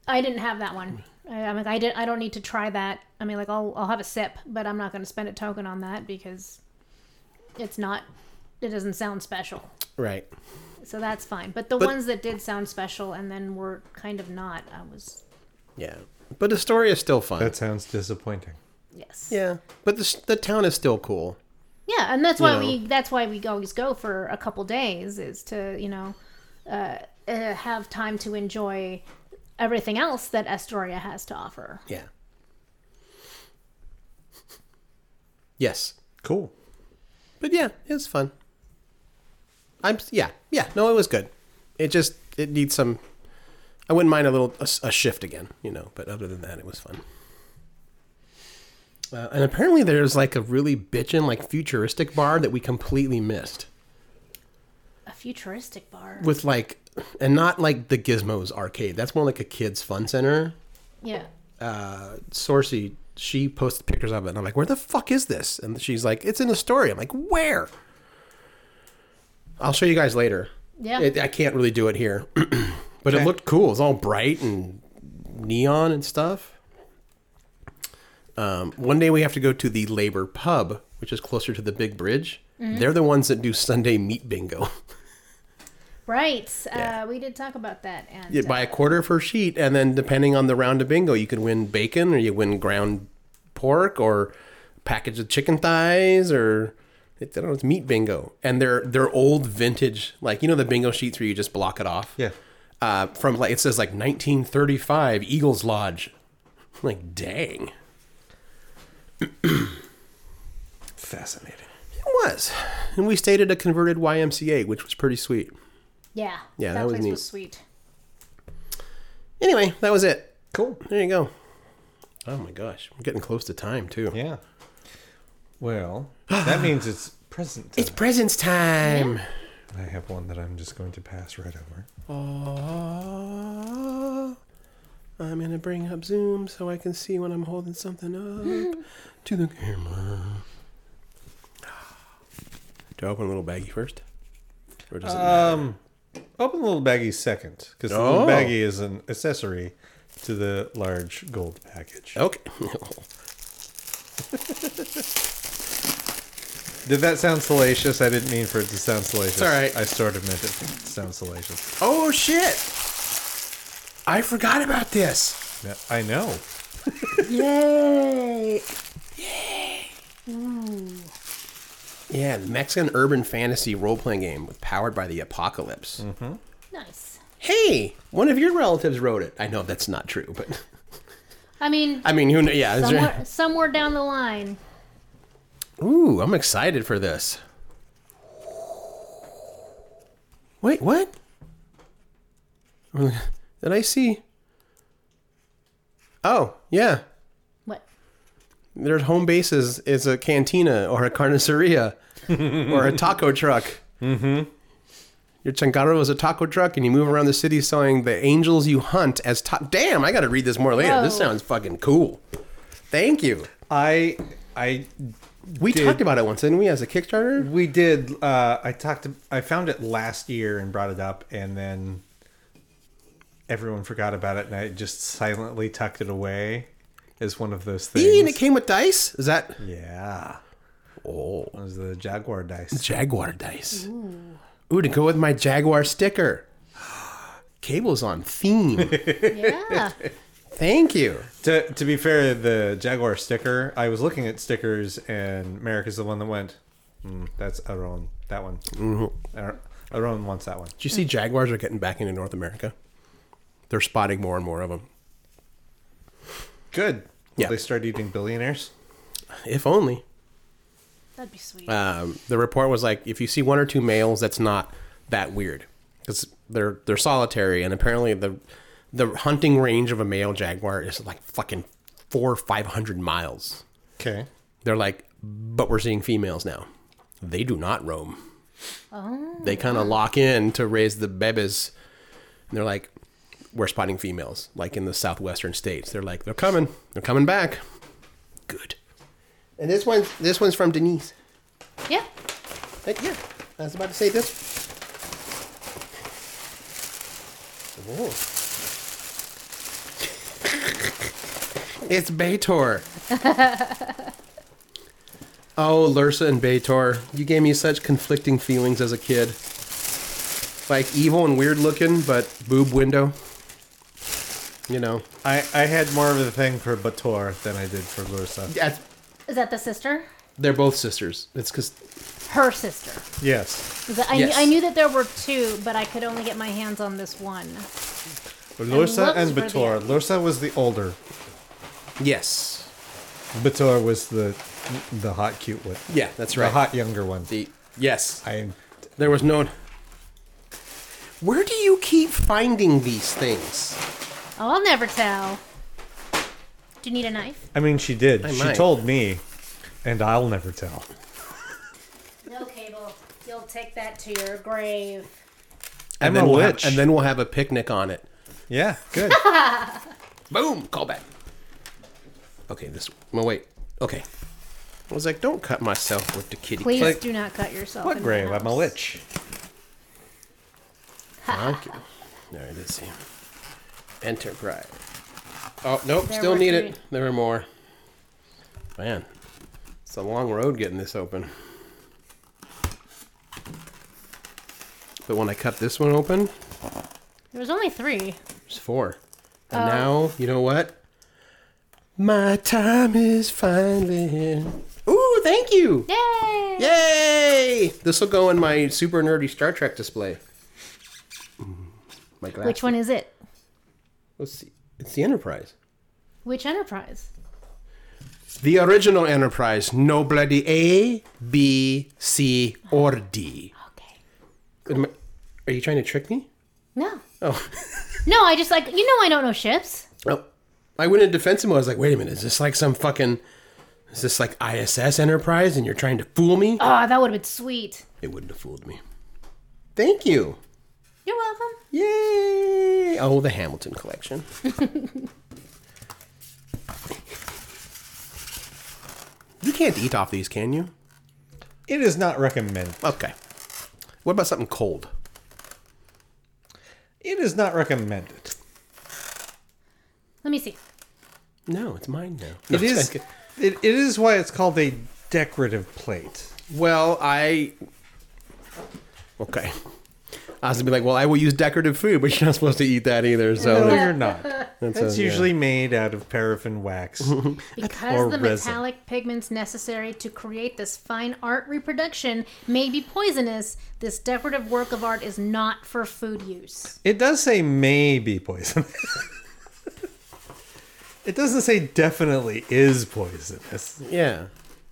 C: I didn't have that one. I, I'm like, I didn't. I don't need to try that. I mean, like, I'll I'll have a sip, but I'm not going to spend a token on that because it's not. It doesn't sound special.
B: Right.
C: So that's fine. But the ones that did sound special and then were kind of not, I was
B: Yeah. But Astoria is still fun.
D: that sounds disappointing
C: yes.
B: yeah. But the, s- the town is still cool.
C: Yeah, and that's why
B: know.
C: we that's why we always go for a couple days is to you know uh, uh, have time to enjoy everything else that Astoria has to offer.
B: Yeah. Yes.
D: cool
B: But yeah, it was fun. I'm yeah yeah no it was good. It just it needs some. I wouldn't mind a little a, s- a shift again, you know. But other than that, it was fun. Uh, and apparently, there's like a really bitchin' like futuristic bar that we completely missed.
C: A futuristic bar.
B: with like and not like the gizmos arcade that's more like a kids fun center
C: Yeah.
B: uh sourcey she posted pictures of it and i'm like where the fuck is this and she's like it's in the story i'm like where i'll show you guys later
C: Yeah.
B: it, i can't really do it here but it
D: Okay.
B: looked cool it's all bright and neon and stuff um, one day we have to go to the labor pub which is closer to the big bridge they're the ones that do sunday meat bingo
C: Right. Uh, we did talk about that. And
B: You buy a quarter for a sheet, and then depending on the round of bingo, you could win bacon, or you win ground pork, or a package of chicken thighs, or I don't know, it's meat bingo. And they're they're old vintage, like you know the bingo sheets where you just block it off.
D: Yeah.
B: Uh, from like it says like 1935 Eagles Lodge. I'm like dang,
D: Fascinating.
B: it was. And we stayed at a converted YMCA, which was pretty sweet.
C: yeah,
B: Yeah,
C: that,
B: that was
C: place
B: neat.
C: was sweet.
B: Anyway, that was it.
D: Cool.
B: There you go. Oh my gosh, we're getting close to time too.
D: Yeah. Well, that means it's present.
B: It's
D: time.
B: presents time.
D: I have one that I'm just going to pass right over.
B: Oh, I'm gonna bring up Zoom so I can see when I'm holding something up to the camera. Do I open a little baggie first? Or does it matter?
D: Um, open the little baggie second, because the
B: Oh.
D: little baggie is an accessory to the large gold package.
B: Okay.
D: Did that sound salacious? I didn't mean for it to sound salacious.
B: It's all right.
D: I sort of meant it to sound salacious.
B: oh shit! I forgot about this.
D: Yeah, I know.
B: Yay! Yeah, the Mexican urban fantasy role playing game with powered by the apocalypse.
C: Nice.
B: Hey, one of your relatives wrote it. I know that's not true, but
C: I mean,
B: I mean, who? kn- Yeah. Is
C: somewhere,
B: there,
C: somewhere down the line.
B: ooh, I'm excited for this. Wait, what? Did I see? Oh, yeah.
C: What?
B: There's home bases is a cantina or a carniceria or a taco truck. Mm-hmm. Your changarro is a taco truck, and you move around the city selling the angels you hunt as ta- Damn, I got to read this more later. This
C: Whoa.
B: sounds fucking cool. Thank you.
D: I, I,
B: We
D: Dude.
B: talked about it once, didn't we, as a Kickstarter?
D: we did. Uh, I talked. To, I found it last year and brought it up, and then everyone forgot about it, and I just silently tucked it away as one of those
B: And it
D: things.
B: came with dice. Is that
D: Yeah,
B: oh
D: it was the jaguar dice.
B: jaguar dice? Ooh. to go with my jaguar sticker. Cable's on theme.
C: Yeah.
B: Thank you.
D: To, to be fair, the Jaguar sticker, I was looking at stickers, and Merrick is the one that went, mm, that's Aron. That one.
B: Mm-hmm.
D: Ar- Aron wants that one.
B: Do you see jaguars are getting back into North America? They're spotting more and more of them.
D: Good.
B: Yeah.
D: They start eating billionaires.
B: If only.
C: That'd be sweet.
B: Um, the report was like, if you see one or two males, that's not that weird because they're they're solitary, and apparently the the hunting range of a male jaguar is like fucking four or five hundred miles.
D: Okay.
B: They're like, but we're seeing females now. They do not roam. They kind of lock in to raise the babies. And they're like, we're spotting females, like in the southwestern states. They're like, they're coming. They're coming back. Good. And this one's this one's from Denise.
C: yeah.
B: Heck yeah. I was about to say this. Whoa. it's Beator. oh, Lursa and Beator. You gave me such conflicting feelings as a kid. Like evil and weird looking, but boob window. You know.
D: I, I had more of a thing for Bator than I did for Lursa.
B: That's,
C: Is that the sister?
B: they're both sisters. It's because
C: Her sister.
D: Yes.
C: Is that- I,
B: Yes.
C: I knew that there were two, but I could only get my hands on this one.
D: Lursa
C: looks
D: and
C: were the-
D: Bator. Lursa was the older.
B: Yes.
D: Bator was the the hot cute one.
B: Yeah, that's
D: The
B: right.
D: hot younger one.
B: The- yes.
D: I
B: There was no. Where do you keep finding these things?
C: Oh, I'll never tell. Do you need a knife?
D: I mean she did.
B: I
D: she
B: might.
D: told me and I'll never tell.
C: No, Cable. You'll take that to your grave.
B: And
D: I'm
B: then
D: a
B: we'll have-
D: witch.
B: and then we'll have a picnic on it.
D: Yeah, good.
B: Boom! Call back. Okay, this. Well, wait. Okay. I was like, don't cut myself with the kitty.
C: Please
D: Like-
C: do not cut yourself.
D: What
C: in my
D: grave? I'm a
C: house.
D: witch.
B: Okay. There it is. Here. Enterprise. Oh nope,
C: There
B: still
C: were
B: need
C: three.
B: it. There are more. Man, it's a long road getting this open. But when I cut this one open,
C: There was only three.
B: It's four.
C: Oh.
B: And now, you know what? My time is finally here. Ooh, thank you!
C: Yay!
B: Yay! This will go in my super nerdy Star Trek display. Mm, My glass.
C: Which one is it?
B: Let's see. It's the Enterprise.
C: Which Enterprise?
B: The original Enterprise. No bloody A, B, C, or D.
C: Okay.
B: Am I- Are you trying to trick me?
C: No.
B: Oh.
C: No, I just like you know I don't know ships.
B: Oh, I went into defense mode. I was like, wait a minute, is this like some fucking, is this like ISS Enterprise and you're trying to fool me?
C: Oh, that would have been sweet.
B: It wouldn't have fooled me. Thank you.
C: You're welcome.
B: Yay! Oh, the Hamilton collection. you can't eat off these, can you?
D: It is not recommended.
B: Okay. What about something cold?
D: It is not recommended.
C: Let me see.
B: No, it's mine now.
D: It
B: No,
D: is.
B: okay.
D: It, it is why it's called a decorative plate.
B: Well, I. Okay. I was gonna be like, well, I will use decorative food, but you're not supposed to eat that either. So
D: No, you're not. That's,
B: a- yeah.
D: usually made out of paraffin wax.
C: Because
D: Or
C: the
D: resin.
C: metallic pigments necessary to create this fine art reproduction may be poisonous, this decorative work of art is not for food use.
D: it does say may be poisonous. it doesn't say definitely is poisonous.
B: yeah.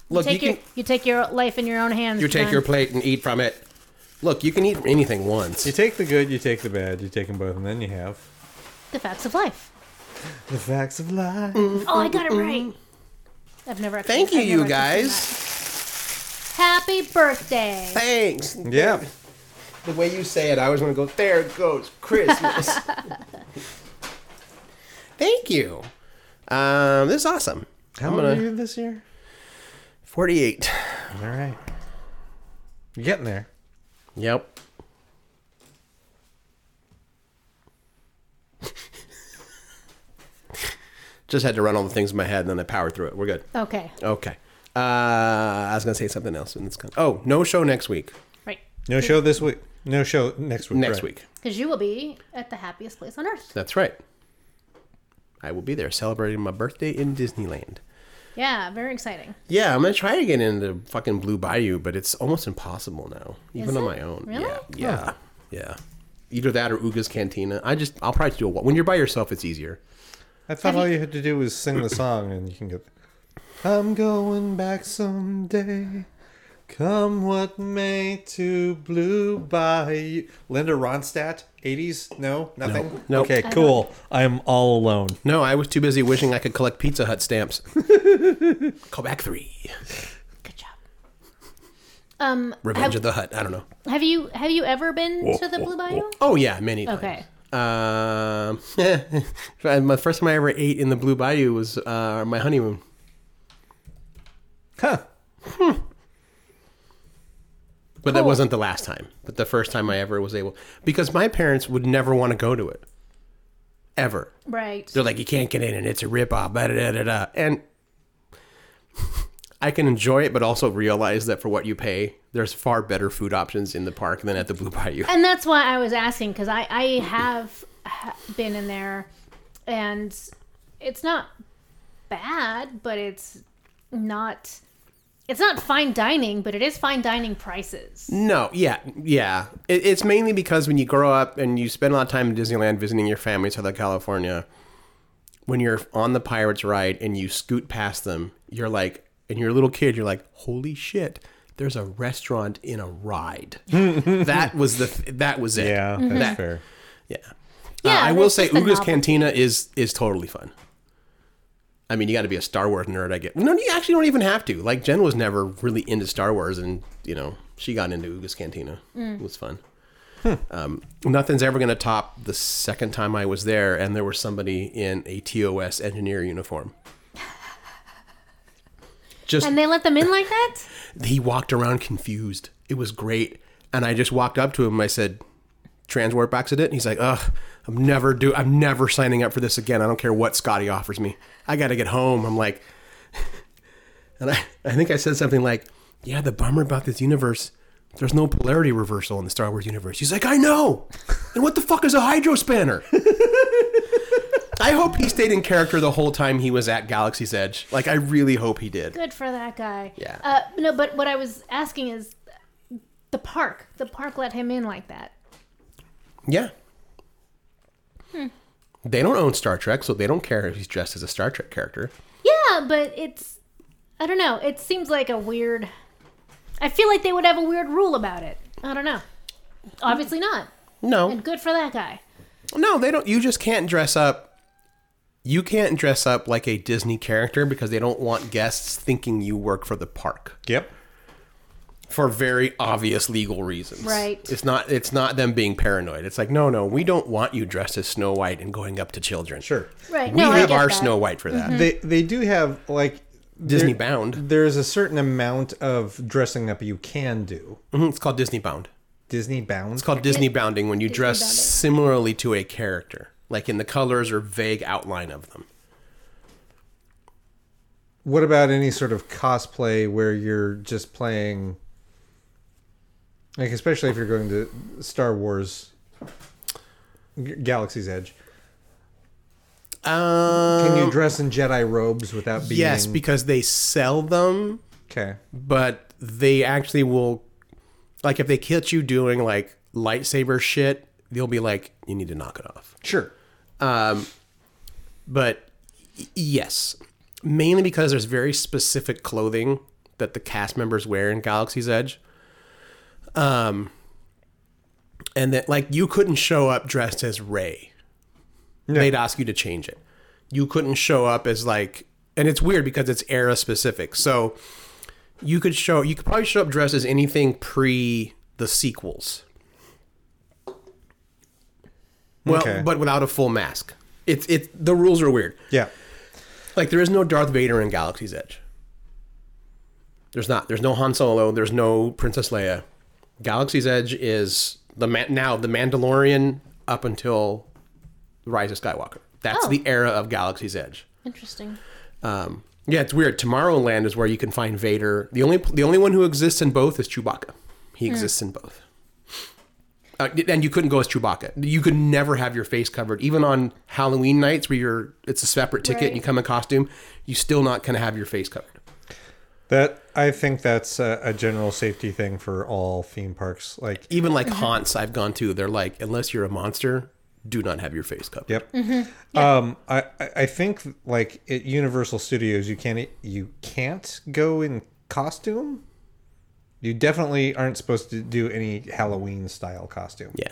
B: Look,
C: Take
B: you
C: your
B: can
C: you take your life in your own hands.
B: you take
C: John.
B: your plate and eat from it. Look, you can eat anything once.
D: You take the good, you take the bad, you take them both, and then you have
C: the facts of life.
D: the facts of life.
C: Oh, I got it right. I've never. Actually,
B: Thank you,
C: I've
B: you
C: never actually seen
B: guys.
C: that. Happy birthday!
B: Thanks.
D: Yeah.
B: The way you say it, I always want to go. There goes Christmas. Thank you. Um, this is awesome.
D: How
B: I'm
D: old
B: gonna
D: are you this year?
B: forty-eight.
D: All right. You're getting there.
B: Yep. Just had to run all the things in my head, and then I powered through it. We're good.
C: Okay,
B: Okay. Uh, I was gonna say something else, and it's gone. Oh, no show next week.
C: right.
D: No show this week. No show next week.
B: Next
D: right.
B: week.
C: Because you will be at the happiest place on earth.
B: That's right. I will be there celebrating my birthday in Disneyland.
C: Yeah, very exciting.
B: Yeah, I'm gonna try to get into fucking Blue Bayou, but it's almost impossible now, even
C: Is
B: on
C: it?
B: my own.
C: Really?
B: Yeah, yeah, yeah. Either that or Uga's Cantina. I just, I'll probably do a wa- when you're by yourself. It's easier.
D: I thought all you had to do was sing the song and you can go. I'm going back someday. Come what may to Blue Bayou. Linda Ronstadt, 80s? No, nothing?
B: Nope.
D: Okay, cool. I am all alone.
B: No, I was too busy wishing I could collect Pizza Hut stamps. Call back three.
C: Good job. Um,
B: Revenge of the Hut. I don't know.
C: have you have you ever been to the Blue Bayou?
B: Oh yeah, many times.
C: Okay.
B: Um, my first time I ever ate in the Blue Bayou was uh, my honeymoon.
D: Huh.
B: But that wasn't the last time. But the first time I ever was able, because my parents would never want to go to it, ever.
C: Right.
B: They're like, you can't get in, and it's a ripoff. Da da da da. And I can enjoy it, but also realize that for what you pay, there's far better food options in the park than at the Blue Bayou.
C: And that's why I was asking because I I have ha- been in there, and it's not bad, but it's not. It's not fine dining, but it is fine dining prices.
B: No, yeah, yeah. It, it's mainly because when you grow up and you spend a lot of time in Disneyland visiting your family in Southern California, when you're on the Pirates ride and you scoot past them, you're like, and you're a little kid, you're like, holy shit, there's a restaurant in a ride. that was the that was it.
D: Yeah, that's
B: That-
D: fair.
B: yeah.
C: Yeah,
B: Uh, I will
C: that's
B: say
C: just the
B: Uga's
C: novelty.
B: Cantina is is totally fun. I mean, you got to be a Star Wars nerd, I get. No, you actually don't even have to. Like Jen was never really into Star Wars, and you know she got into Uga's Cantina.
C: Mm.
B: It was fun. Um, nothing's ever going to top the second time I was there, and there was somebody in a TOS engineer uniform. Just
C: And they let them in like that?
B: he walked around confused. It was great. And I just walked up to him. and I said, "Trans warp accident." He's like, "Ugh, I'm never do. I'm never signing up for this again. I don't care what Scotty offers me. I got to get home." I'm like, and I, I think I said something like, "Yeah, the bummer about this universe, there's no polarity reversal in the Star Wars universe. He's like, I know. And what the fuck is a hydro spanner? I hope he stayed in character the whole time he was at Galaxy's Edge. Like, I really hope he did.
C: Good for that guy.
B: Yeah.
C: Uh, no, but what I was asking is the park. The park let him in like that.
B: Yeah. They don't own Star Trek, so they don't care if he's dressed as a Star Trek character.
C: Yeah, but it's. I don't know. It seems like a weird. I feel like they would have a weird rule about it. I don't know. Obviously not.
B: No.
C: And good for that guy.
B: No, they don't. You just can't dress up. You can't dress up like a Disney character because they don't want guests thinking you work for the park
D: Yep.
B: for very obvious legal reasons.
C: Right.
B: It's not. It's not them being paranoid. It's like, no, no, we don't want you dressed as Snow White and going up to children.
D: Sure.
C: Right.
B: We
C: no, I
B: have
C: get
B: our
C: that. Mm-hmm.
B: Snow White for that.
D: They they do have like
B: Disney
D: there-
B: bound.
D: There's a certain amount of dressing up you can do.
B: Mhm, It's called Disney bound.
D: Disney bound.
B: It's called Disney bounding when you dress
C: bounding.
B: similarly to a character, like in the colors or vague outline of them.
D: What about any sort of cosplay where you're just playing, like especially if you're going to Star Wars, G- Galaxy's Edge?
B: Um,
D: Can you dress in Jedi robes without being?
B: yes, because they sell them
D: okay.
B: but they actually will like if they catch you doing like lightsaber shit they'll be like you need to knock it off
D: Sure.
B: but y- yes mainly because there's very specific clothing that the cast members wear in galaxy's edge um and that like you couldn't show up dressed as ray they'd ask you to change it you couldn't show up as like and it's weird because it's era specific so you could show you could probably show up dressed as anything pre the sequels well
D: Okay.
B: but without a full mask it's it's the rules are weird
D: Yeah.
B: like there is no Darth Vader in Galaxy's Edge. There's not. There's no Han Solo. There's no Princess Leia. Galaxy's Edge is the ma- now the Mandalorian up until Rise of Skywalker. That's
C: Oh.
B: the era of Galaxy's Edge.
C: Interesting.
B: Um, yeah, it's weird. Tomorrowland is where you can find Vader. The only the only one who exists in both is Chewbacca. He exists in both. Uh, and you couldn't go as Chewbacca. You could never have your face covered, even on Halloween nights where you're it's a separate ticket and you
C: Right.
B: come in costume. You still not gonna have your face covered.
D: That I think that's a, a general safety thing for all theme parks. Like,
B: Even like haunts I've gone to, they're like, unless you're a monster, do not have your face covered.
D: yep. Um, I I- I think like at Universal Studios, you can't you can't go in costume. You definitely aren't supposed to do any Halloween style costume.
B: Yeah.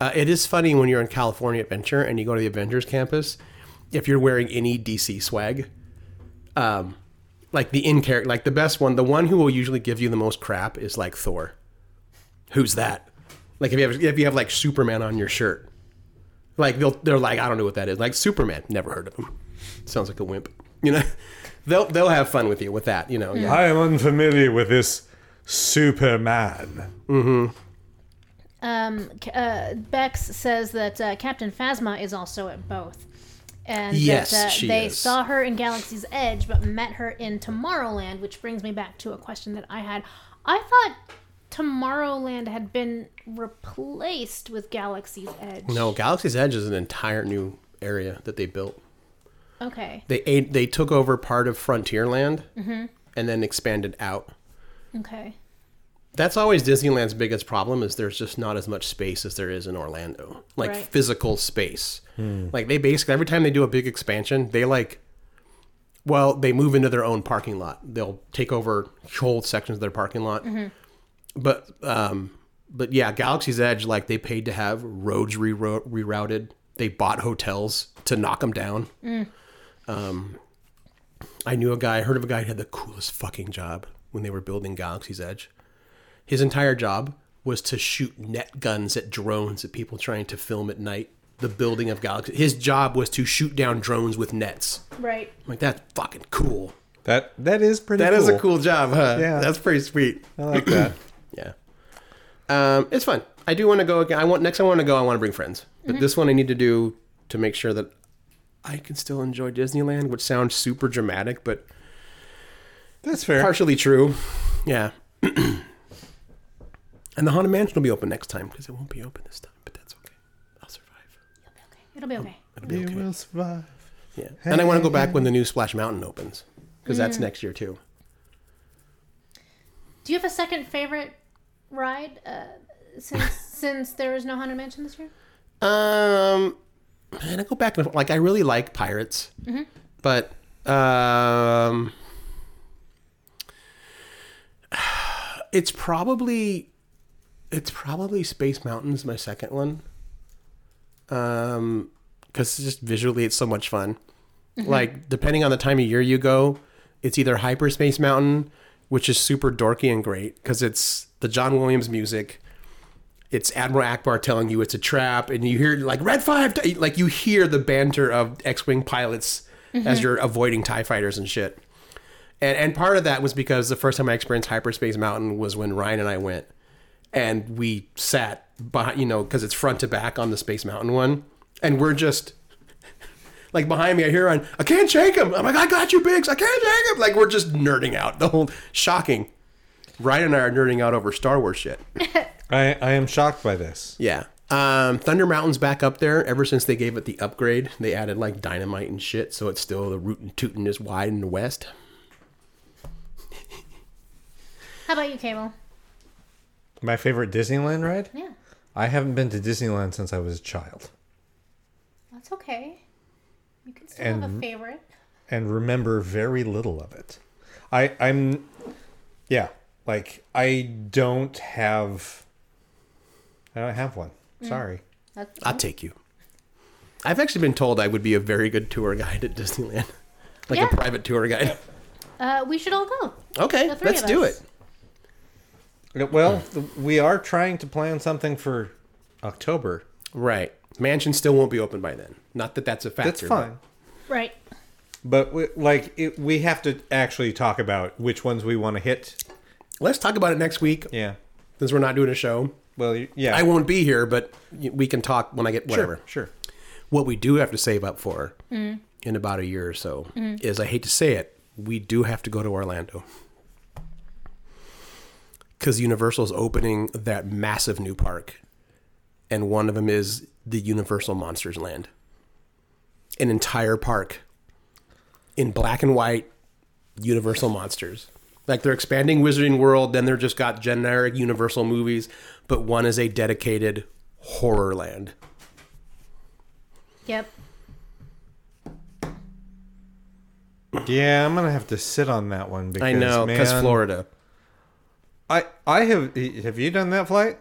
B: Uh, it is funny when you're in California Adventure and you go to the Avengers campus, if you're wearing any DC swag, um, like the in character, like the best one, the one who will usually give you the most crap is like Thor. Who's that? Like if you have if you have like Superman on your shirt, like they'll they're like I don't know what that is. Like Superman, never heard of him. Sounds like a wimp. You know, they'll they'll have fun with you with that. You know, yeah.
D: I am unfamiliar with this Superman.
C: Um, Ca- uh, Bex says that uh, Captain Phasma is also at both. And
B: Yes,
C: that, uh,
B: she
C: they
B: is.
C: saw her in Galaxy's Edge, but met her in Tomorrowland, which brings me back to a question that I had. I thought Tomorrowland had been replaced with Galaxy's Edge.
B: no, Galaxy's Edge is an entire new area that they built.
C: Okay.
B: they ate, they took over part of Frontierland and then expanded out.
C: Okay.
B: That's always Disneyland's biggest problem is there's just not as much space as there is in Orlando, like
C: Right.
B: physical space. Like they basically every time they do a big expansion, they like well, they move into their own parking lot. They'll take over whole sections of their parking lot. But um but yeah, Galaxy's Edge like they paid to have roads re- rerouted. They bought hotels to knock them down. Um, I knew a guy, I heard of a guy who had the coolest fucking job when they were building Galaxy's Edge. His entire job was to shoot net guns at drones at people trying to film at night the building of Galaxy. His job was to shoot down drones with nets.
C: Right.
B: I'm like, that's fucking cool.
D: That that is pretty.
B: That
D: cool.
B: is a cool job, huh?
D: Yeah.
B: That's pretty sweet.
D: I like that.
B: Yeah. Um, it's fun. I do want to go again. I want next. I want to go. I want to bring friends, but
D: Mm-hmm.
B: this one I need to do to make sure that I can still enjoy Disneyland, which sounds super dramatic, but
D: That's fair.
B: partially true. Yeah. And the Haunted Mansion will be open next time because it won't be open this time, but that's okay. I'll survive.
C: It'll be okay.
B: It'll be okay.
D: will survive.
B: Yeah. And I want to go back when the new Splash Mountain opens because that's next year too.
C: Do you have a second favorite ride uh, since since there is no haunted mansion this year?
B: Um, man, I go back and forth. Like, I really like pirates, but um, it's probably it's probably Space Mountain's my second one. Um, because just visually, it's so much fun. Like, depending on the time of year you go, it's either Hyperspace Mountain, which is super dorky and great because it's the John Williams music it's Admiral Akbar telling you it's a trap, and you hear like Red Five, Ti-" like you hear the banter of X-wing pilots as you're avoiding Tie fighters and shit. And and part of that was because the first time I experienced hyperspace mountain was when Ryan and I went, and we sat behind, you know, because it's front to back on the space mountain one, and we're just. Like behind me, I hear on, I can't shake him. I'm like, I got you, Biggs. I can't shake him. Like, we're just nerding out. The whole shocking. Ryan and I are nerding out over Star Wars shit.
D: I, I am shocked by this.
B: Yeah. Um, Thunder Mountain's back up there. Ever since they gave it the upgrade, they added like dynamite and shit, so it's still the rootin' tootin' is wide in the west.
C: How about you, Cable?
D: My favorite Disneyland ride?
C: Yeah,
D: I haven't been to Disneyland since I was a child
C: that's okay. You can still have a
D: And-
C: favorite.
D: and remember very little of it. I I'm yeah, like I don't have I don't have one.
B: Mm.
D: Sorry.
C: That's,
B: I'll take you. I've actually been told I would be a very good tour guide at Disneyland, like
C: Yeah.
B: a private tour guide.
C: uh, we should all go.
B: Okay,
C: The three
B: let's
C: of
B: do
C: us.
B: it.
D: Yeah, Well, th- we are trying to plan something for October.
B: Right. Mansion still won't be open by then. Not that that's a factor.
D: That's fine.
C: Right.
D: But we, like it, we have to actually talk about which ones we want to hit.
B: but Let's talk about it next week
D: Yeah.
B: since we're not doing a show.
D: Well, y- yeah.
B: I won't be here, but y- we can talk when I get whatever.
D: Sure.
B: what we do have to save up for in about a year or so is I hate to say it, we do have to go to Orlando. Because Universal's opening that massive new park, and one of them is the Universal Monsters Land. An entire park in black and white Universal Monsters. Like they're expanding Wizarding World, then they're just got generic Universal movies, but one is a dedicated horror land.
C: Yep.
D: Yeah, I'm gonna have to sit on that one because
B: I know, because
D: man,
B: Florida.
D: I I have have you done that flight?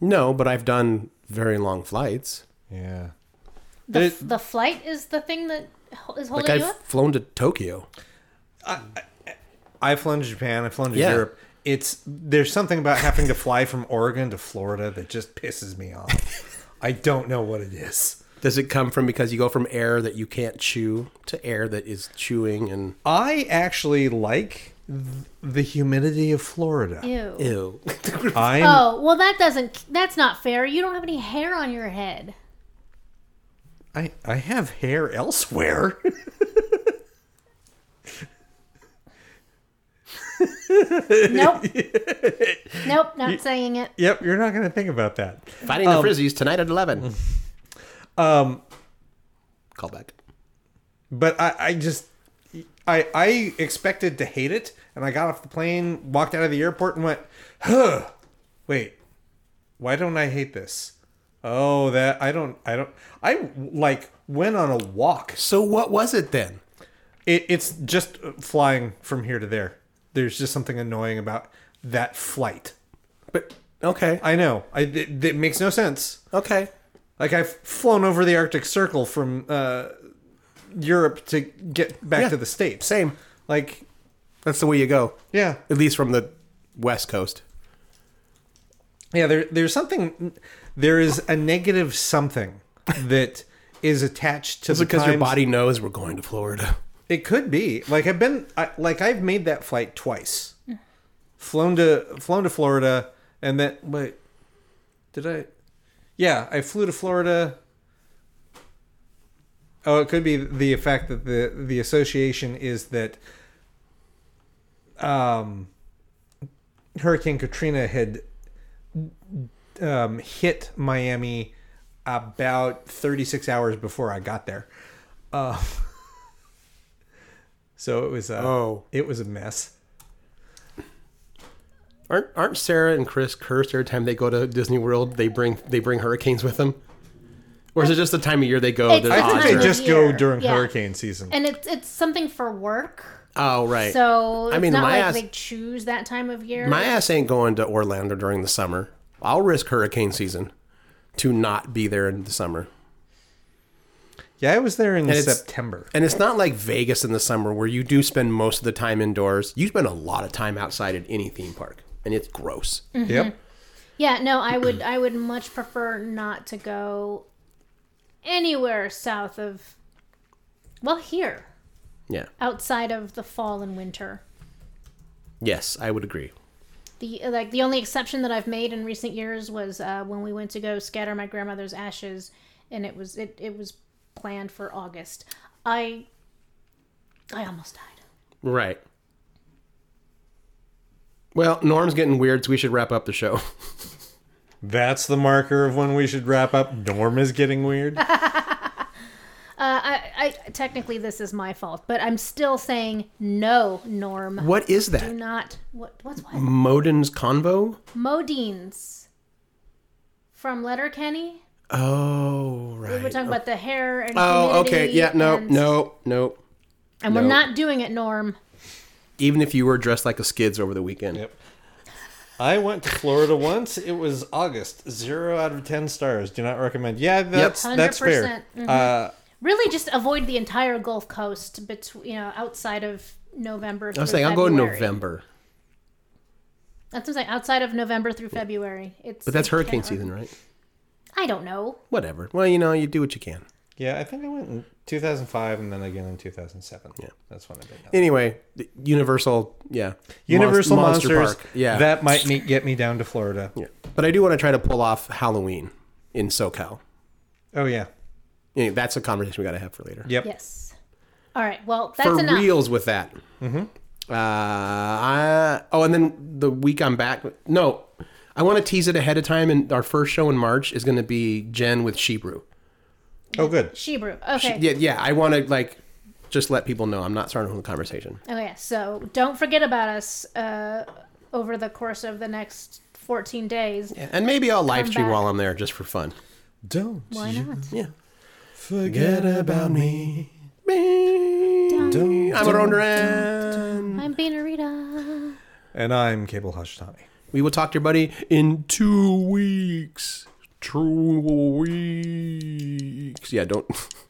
B: No, but I've done very long flights.
D: Yeah.
C: The,
D: There-
C: f- the flight is the thing that ho- is holding
B: Like I've
C: you up.
B: flown to Tokyo.
D: I've flown to Japan. I've flown to
B: Yeah.
D: Europe. It's there's something about having to fly from Oregon to Florida that just pisses me off. I don't know what it is.
B: Does it come from because you go from air that you can't chew to air that is chewing and
D: I actually like th- the humidity of Florida.
C: Ew.
B: ew?
D: I'm
C: Oh well, that doesn't. That's not fair. You don't have any hair on your head.
D: I I have hair elsewhere.
C: Nope. nope. Not saying it.
D: yep, you're not going to think about that.
B: Fighting the frizzies tonight at eleven.
D: Um
B: Call back.
D: but I, I just I I expected to hate it, and I got off the plane, walked out of the airport, and went, "Huh, wait, why don't I hate this? Oh, that I don't, I don't, I like went on a walk.
B: So what was it then?
D: It, it's just flying from here to there. There's just something annoying about that flight.
B: But okay,
D: I know, I it, it makes no sense.
B: okay.
D: Like I've flown over the Arctic Circle from uh, Europe to get back
B: Yeah,
D: to the states.
B: same.
D: Like,
B: That's the way you go,
D: yeah.
B: at least from the West Coast.
D: Yeah, there, there's something. There is a negative something that is attached to
B: Is
D: the
B: it because your
D: times-
B: body knows we're going to Florida?
D: It could be like I've been I, like I've made that flight twice, flown to flown to Florida, and then wait, did I? Yeah, I flew to Florida. Oh, it could be the effect that the the association is that um, Hurricane Katrina had um, hit Miami about 36 hours before I got there. Uh, so it was a,
B: Oh.
D: it was a mess.
B: Aren't aren't Sarah and Chris cursed every time they go to Disney World? They bring they bring hurricanes with them, or is it just the time of year they go?
C: It's
B: the
C: the
D: I
B: odds
D: think
C: time
B: are-
D: they
C: of
D: just go
C: year.
D: during
C: Yeah.
D: hurricane season.
C: and it's it's something for work.
B: oh right.
C: So it's
B: I mean,
C: not
B: my
C: like
B: ass-
C: they choose that time of year.
B: My ass ain't going to Orlando during the summer. I'll risk hurricane season to not be there in the summer.
D: yeah, I was there in
B: it's-
D: September.
B: And it's not like Vegas in the summer where you do spend most of the time indoors. You spend a lot of time outside at any theme park, and it's gross.
C: Mm. Mm-hmm.
D: Yep.
C: yeah, no, I would I would much prefer not to go anywhere south of well here
B: Yeah.
C: outside of the fall and winter.
B: Yes, I would agree.
C: The like the only exception that I've made in recent years was uh, when we went to go scatter my grandmother's ashes, and it was it, it was planned for August. I I almost died.
B: Right. Well, Norm's getting weird, so we should wrap up the show.
D: That's the marker of when we should wrap up. Norm is getting weird.
C: Uh, I, I technically this is my fault, but I'm still saying no, Norm.
B: What is
C: Do
B: that?
C: not what what's what
B: Moden's Convo?
C: Modines from Letterkenny.
B: Oh,
C: We were
B: right.
C: talking about the hair and
B: Oh, okay.
C: humidity
B: Yeah, no,
C: and,
B: no, no.
C: and we're
B: no.
C: not doing it, Norm.
B: Even if you were dressed like a skids over the weekend.
D: Yep. I went to Florida once. It was August. Zero out of ten stars. Do not recommend. Yeah, that's that's fair.
C: 100%. Mm-hmm.
D: Uh,
C: Really, just avoid the entire Gulf Coast, between you know, outside of November.
B: I was
C: through
B: saying, I'll go in
C: February.
B: November.
C: That's what I'm saying. Outside of November through February, it's
B: But that's
C: you can't
B: hurricane
C: ar-
B: season, right?
C: I don't know.
B: Whatever. Well, you know, you do what you can.
D: yeah, I think I went in 2005 and then again in 2007. Yeah, that's when I did. That.
B: Anyway, the Universal, yeah.
D: Universal
B: Mon-
D: Monsters.
B: Yeah.
D: that might meet, get me down to Florida.
B: yeah. But I do want to try to pull off Halloween in SoCal.
D: Oh yeah.
B: Anyway, that's a conversation we got to have for later.
D: Yep.
C: Yes. All right. Well, that's
B: for
C: enough.
B: reals with that. Mm-hmm. Uh, I, oh, and then the week I'm back. No, I want to tease it ahead of time. And our first show in March is going to be Jen with Shebrew.
D: Oh good.
C: Shebrew. Okay.
B: Yeah, yeah. I want to like just let people know I'm not starting a whole conversation.
C: Okay. So don't forget about us uh, over the course of the next 14 days.
B: And maybe I'll live stream
C: back.
B: while I'm there just for fun.
D: Don't
C: Why
D: you
C: not?
B: Yeah.
D: forget about me. Don't.
B: I'm a Rondran.
C: I'm being a Rita.
D: And I'm Cable Hush Tommy.
B: We will talk to your buddy in two weeks. Two weeks. Yeah, don't.